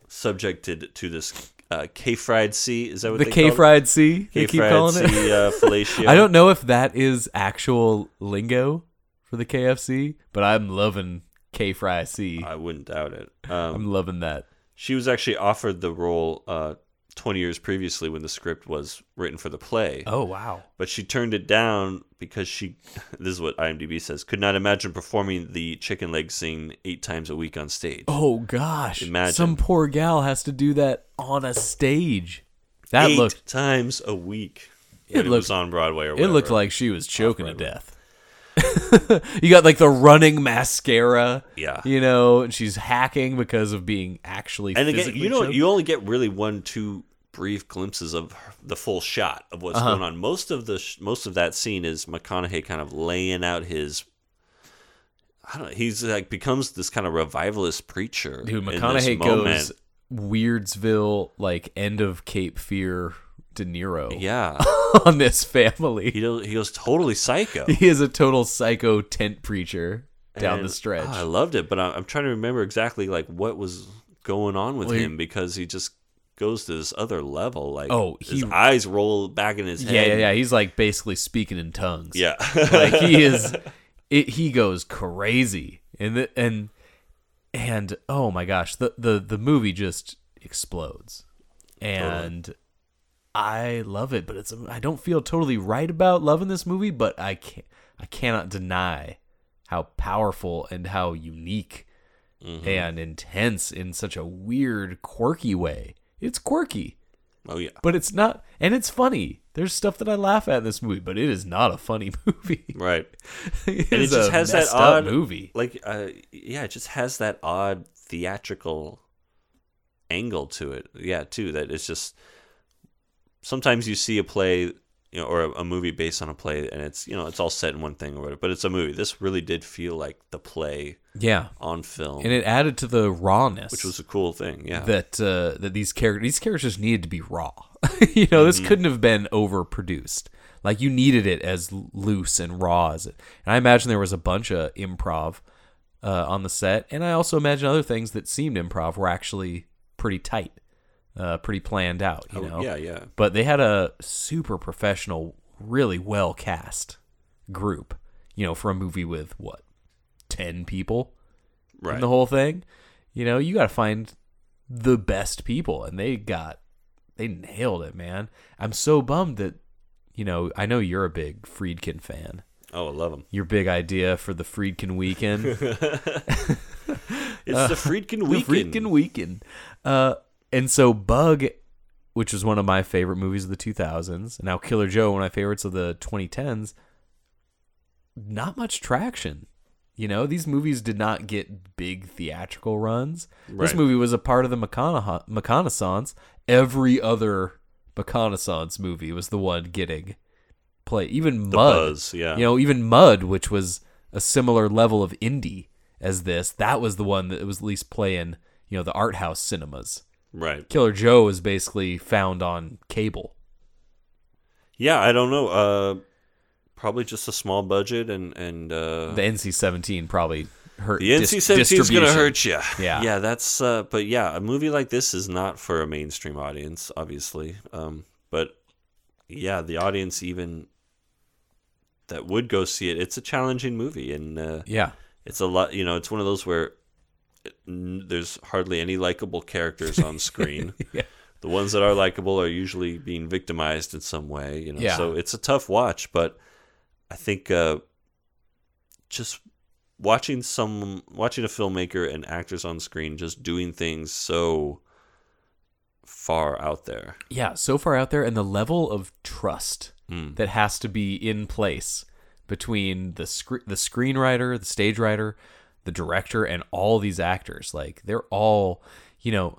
S2: subjected to this uh, K-fried C, is that what
S1: The
S2: they
S1: K fried C, they
S2: K
S1: keep calling
S2: C
S1: it. *laughs*
S2: uh, fellatio?
S1: I don't know if that is actual lingo for the KFC, but I'm loving K fried C.
S2: I wouldn't doubt it. Um,
S1: I'm loving that.
S2: She was actually offered the role uh, 20 years previously when the script was written for the play,
S1: Oh, wow.
S2: but she turned it down because she, *laughs* this is what IMDb says, could not imagine performing the chicken leg scene eight times a week on stage.
S1: Oh, gosh.
S2: Imagine.
S1: Some poor gal has to do that on a stage. That
S2: eight
S1: looked
S2: times a week.
S1: It
S2: When It,
S1: looked-
S2: was on Broadway or
S1: It
S2: whatever.
S1: looked like she was choking to death. *laughs* you got like the running mascara.
S2: Yeah.
S1: You know, and she's hacking because of being actually
S2: And again,
S1: physically
S2: you know,
S1: choked.
S2: you only get really one, two brief glimpses of her- the full shot of
S1: Uh-huh.
S2: what's going on. Most of the sh- most of that scene is McConaughey kind of laying out his. I don't know. He's like becomes this kind of revivalist preacher.
S1: Dude,
S2: in this
S1: McConaughey
S2: moment.
S1: *laughs* goes Weirdsville, like end of Cape Fear De Niro
S2: Yeah,
S1: *laughs* on this family.
S2: he goes, he goes totally psycho
S1: He is a total psycho tent preacher down
S2: And-
S1: the stretch.
S2: oh, I loved it, but I, I'm trying to remember exactly like what was going on with
S1: Well, he-
S2: him because he just goes to this other level. Like,
S1: Oh,
S2: his
S1: he-
S2: eyes roll back in his head.
S1: yeah, yeah, yeah. He's like basically speaking in tongues.
S2: yeah.
S1: *laughs*
S2: *laughs*
S1: like he is it, he goes crazy and the, and and oh my gosh the the the movie just explodes and i love it but it's i don't feel totally right about loving this movie but i can i cannot deny how powerful and how unique and intense in such a weird, quirky way. It's quirky,
S2: Oh yeah,
S1: but it's not, and it's funny. There's stuff that I laugh at in this movie, but it is not a funny *laughs* movie.
S2: right. *laughs*
S1: it
S2: And it
S1: is
S2: just
S1: a
S2: has that
S1: messed up
S2: odd
S1: movie.
S2: Like, uh, yeah, it just has that odd theatrical angle to it. Yeah, too. That it's just sometimes you see a play, you know, or a, a movie based on a play, and it's you know it's all set in one thing or whatever, but it's a movie. This really did feel like the play
S1: Yeah,
S2: on film,
S1: and it added to the rawness,
S2: which was a cool thing. Yeah,
S1: that uh, that these characters these characters needed to be raw. *laughs* you know,
S2: Mm-hmm.
S1: this couldn't have been overproduced. Like you needed it as l- loose and raw as it. And I imagine there was a bunch of improv uh, on the set, and I also imagine other things that seemed improv were actually pretty tight, uh, pretty planned out. You
S2: Oh,
S1: know,
S2: yeah, yeah.
S1: But they had a super professional, really well cast group. You know, for a movie with what ten people
S2: right.
S1: and the whole thing. You know, you got to find the best people, and they got they nailed it, man. I'm so bummed that you know I know you're a big Friedkin fan.
S2: oh, I love him.
S1: Your big idea for the Friedkin weekend, the
S2: It's the Friedkin weekend.
S1: Uh, Friedkin weekend, uh, and so Bug, which was one of my favorite movies of the 2000s, and now Killer Joe, one of my favorites of the 2010s. Not much traction. You know, these movies did not get big theatrical runs. This
S2: Right.
S1: movie was a part of the McConaughey- McConaissance. Every other McConaissance movie was the one getting play. Even
S2: The
S1: Mud,
S2: buzz, yeah.
S1: You know, even Mud, which was a similar level of indie as this, that was the one that was at least playing. You know, the art house cinemas.
S2: right.
S1: Killer Joe is basically found on cable.
S2: Yeah, I don't know. Uh, probably just a small budget and and uh,
S1: The NC-17 probably hurt.
S2: the
S1: dis-
S2: NC-17 is gonna
S1: distribution.
S2: hurt you.
S1: Yeah.
S2: yeah. That's uh, but yeah, a movie like this is not for a mainstream audience, obviously. Um, but yeah, the audience even that would go see it. It's a challenging movie, and uh,
S1: Yeah.
S2: it's a lot. You know, it's one of those where it- n- there's hardly any likable characters on screen. The ones that are likable are usually being victimized in some way, you know.
S1: Yeah.
S2: So it's a tough watch, but I think uh, just watching some watching a filmmaker and actors on screen just doing things so far out there.
S1: yeah, so far out there, and the level of trust that has to be in place between the sc- the screenwriter, the stage writer, the director, and all these actors. Like they're all, you know,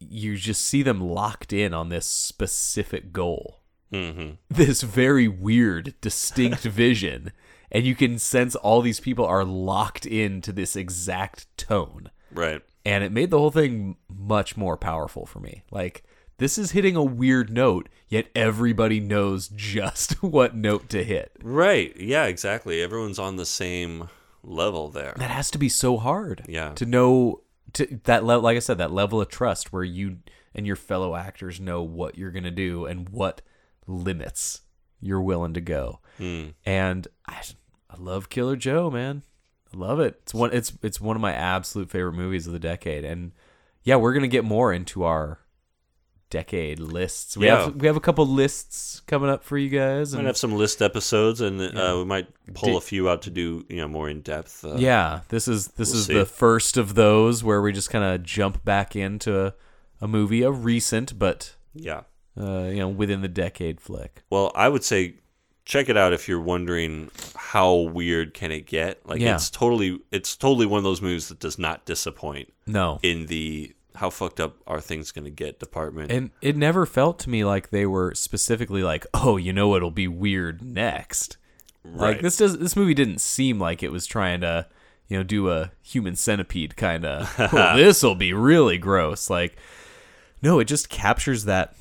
S1: you just see them locked in on this specific goal, *laughs*
S2: hmm
S1: this very weird, distinct vision, and you can sense all these people are locked into this exact tone
S2: Right.
S1: and it made the whole thing much more powerful for me. Like this is hitting a weird note, yet everybody knows *laughs* just what note to hit.
S2: Right. Yeah, exactly. Everyone's on the same level there.
S1: That has to be so hard.
S2: Yeah.
S1: To know to that level, like I said, that level of trust where you and your fellow actors know what you're gonna do and what limits you're willing to go.
S2: Hmm.
S1: And I, I love Killer Joe, man. I love it. It's one. It's it's one of my absolute favorite movies of the decade. And yeah, we're gonna get more into our decade lists. We
S2: Yeah.
S1: have we have a couple lists coming up for you guys.
S2: Might
S1: and-
S2: have some list episodes, and uh, we might pull
S1: Did-
S2: a few out to do you know more in depth. Uh,
S1: yeah this is this
S2: we'll
S1: is
S2: see.
S1: the first of those where we just kind of jump back into a, a movie a recent but
S2: yeah.
S1: uh, you know within the decade flick
S2: Well, I would say check it out if you're wondering how weird can it get. Like
S1: Yeah.
S2: it's totally, it's totally one of those movies that does not disappoint
S1: no
S2: in the how fucked up are things going to get department.
S1: and it never felt to me like they were specifically like oh you know it'll be weird next like
S2: Right.
S1: this does this movie didn't seem like it was trying to you know do a human centipede
S2: *laughs*
S1: kind of this will be really gross like no it just captures that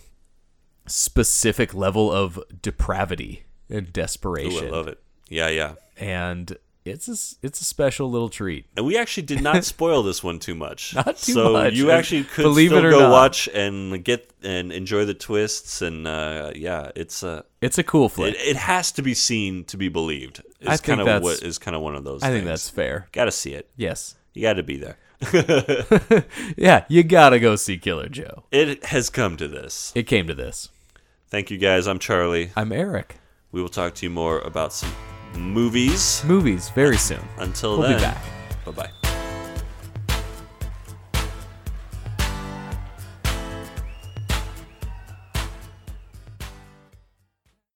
S1: specific level of depravity
S2: Ooh,
S1: and
S2: I
S1: desperation
S2: love it. Yeah, yeah.
S1: and it's a, s- it's a special little treat
S2: And we actually did
S1: *laughs*
S2: not spoil this one too much.
S1: Not too
S2: so
S1: much,
S2: you
S1: and
S2: actually could
S1: believe
S2: still
S1: it or
S2: go
S1: not.
S2: watch and get and enjoy the twists and uh, yeah, it's uh,
S1: it's a cool flick
S2: It, it has to be seen to be believed.
S1: I
S2: Is
S1: think
S2: kind of
S1: that's-
S2: what is kind of one of those.
S1: i think
S2: things.
S1: that's fair
S2: got to see it.
S1: yes *laughs*
S2: You got to be there. *laughs*
S1: yeah you gotta go see killer joe
S2: It has come to this.
S1: it came to this
S2: Thank you guys. I'm Charlie.
S1: i'm eric
S2: We will talk to you more about some movies
S1: movies very soon
S2: until
S1: we'll
S2: then.
S1: be back
S2: Bye bye.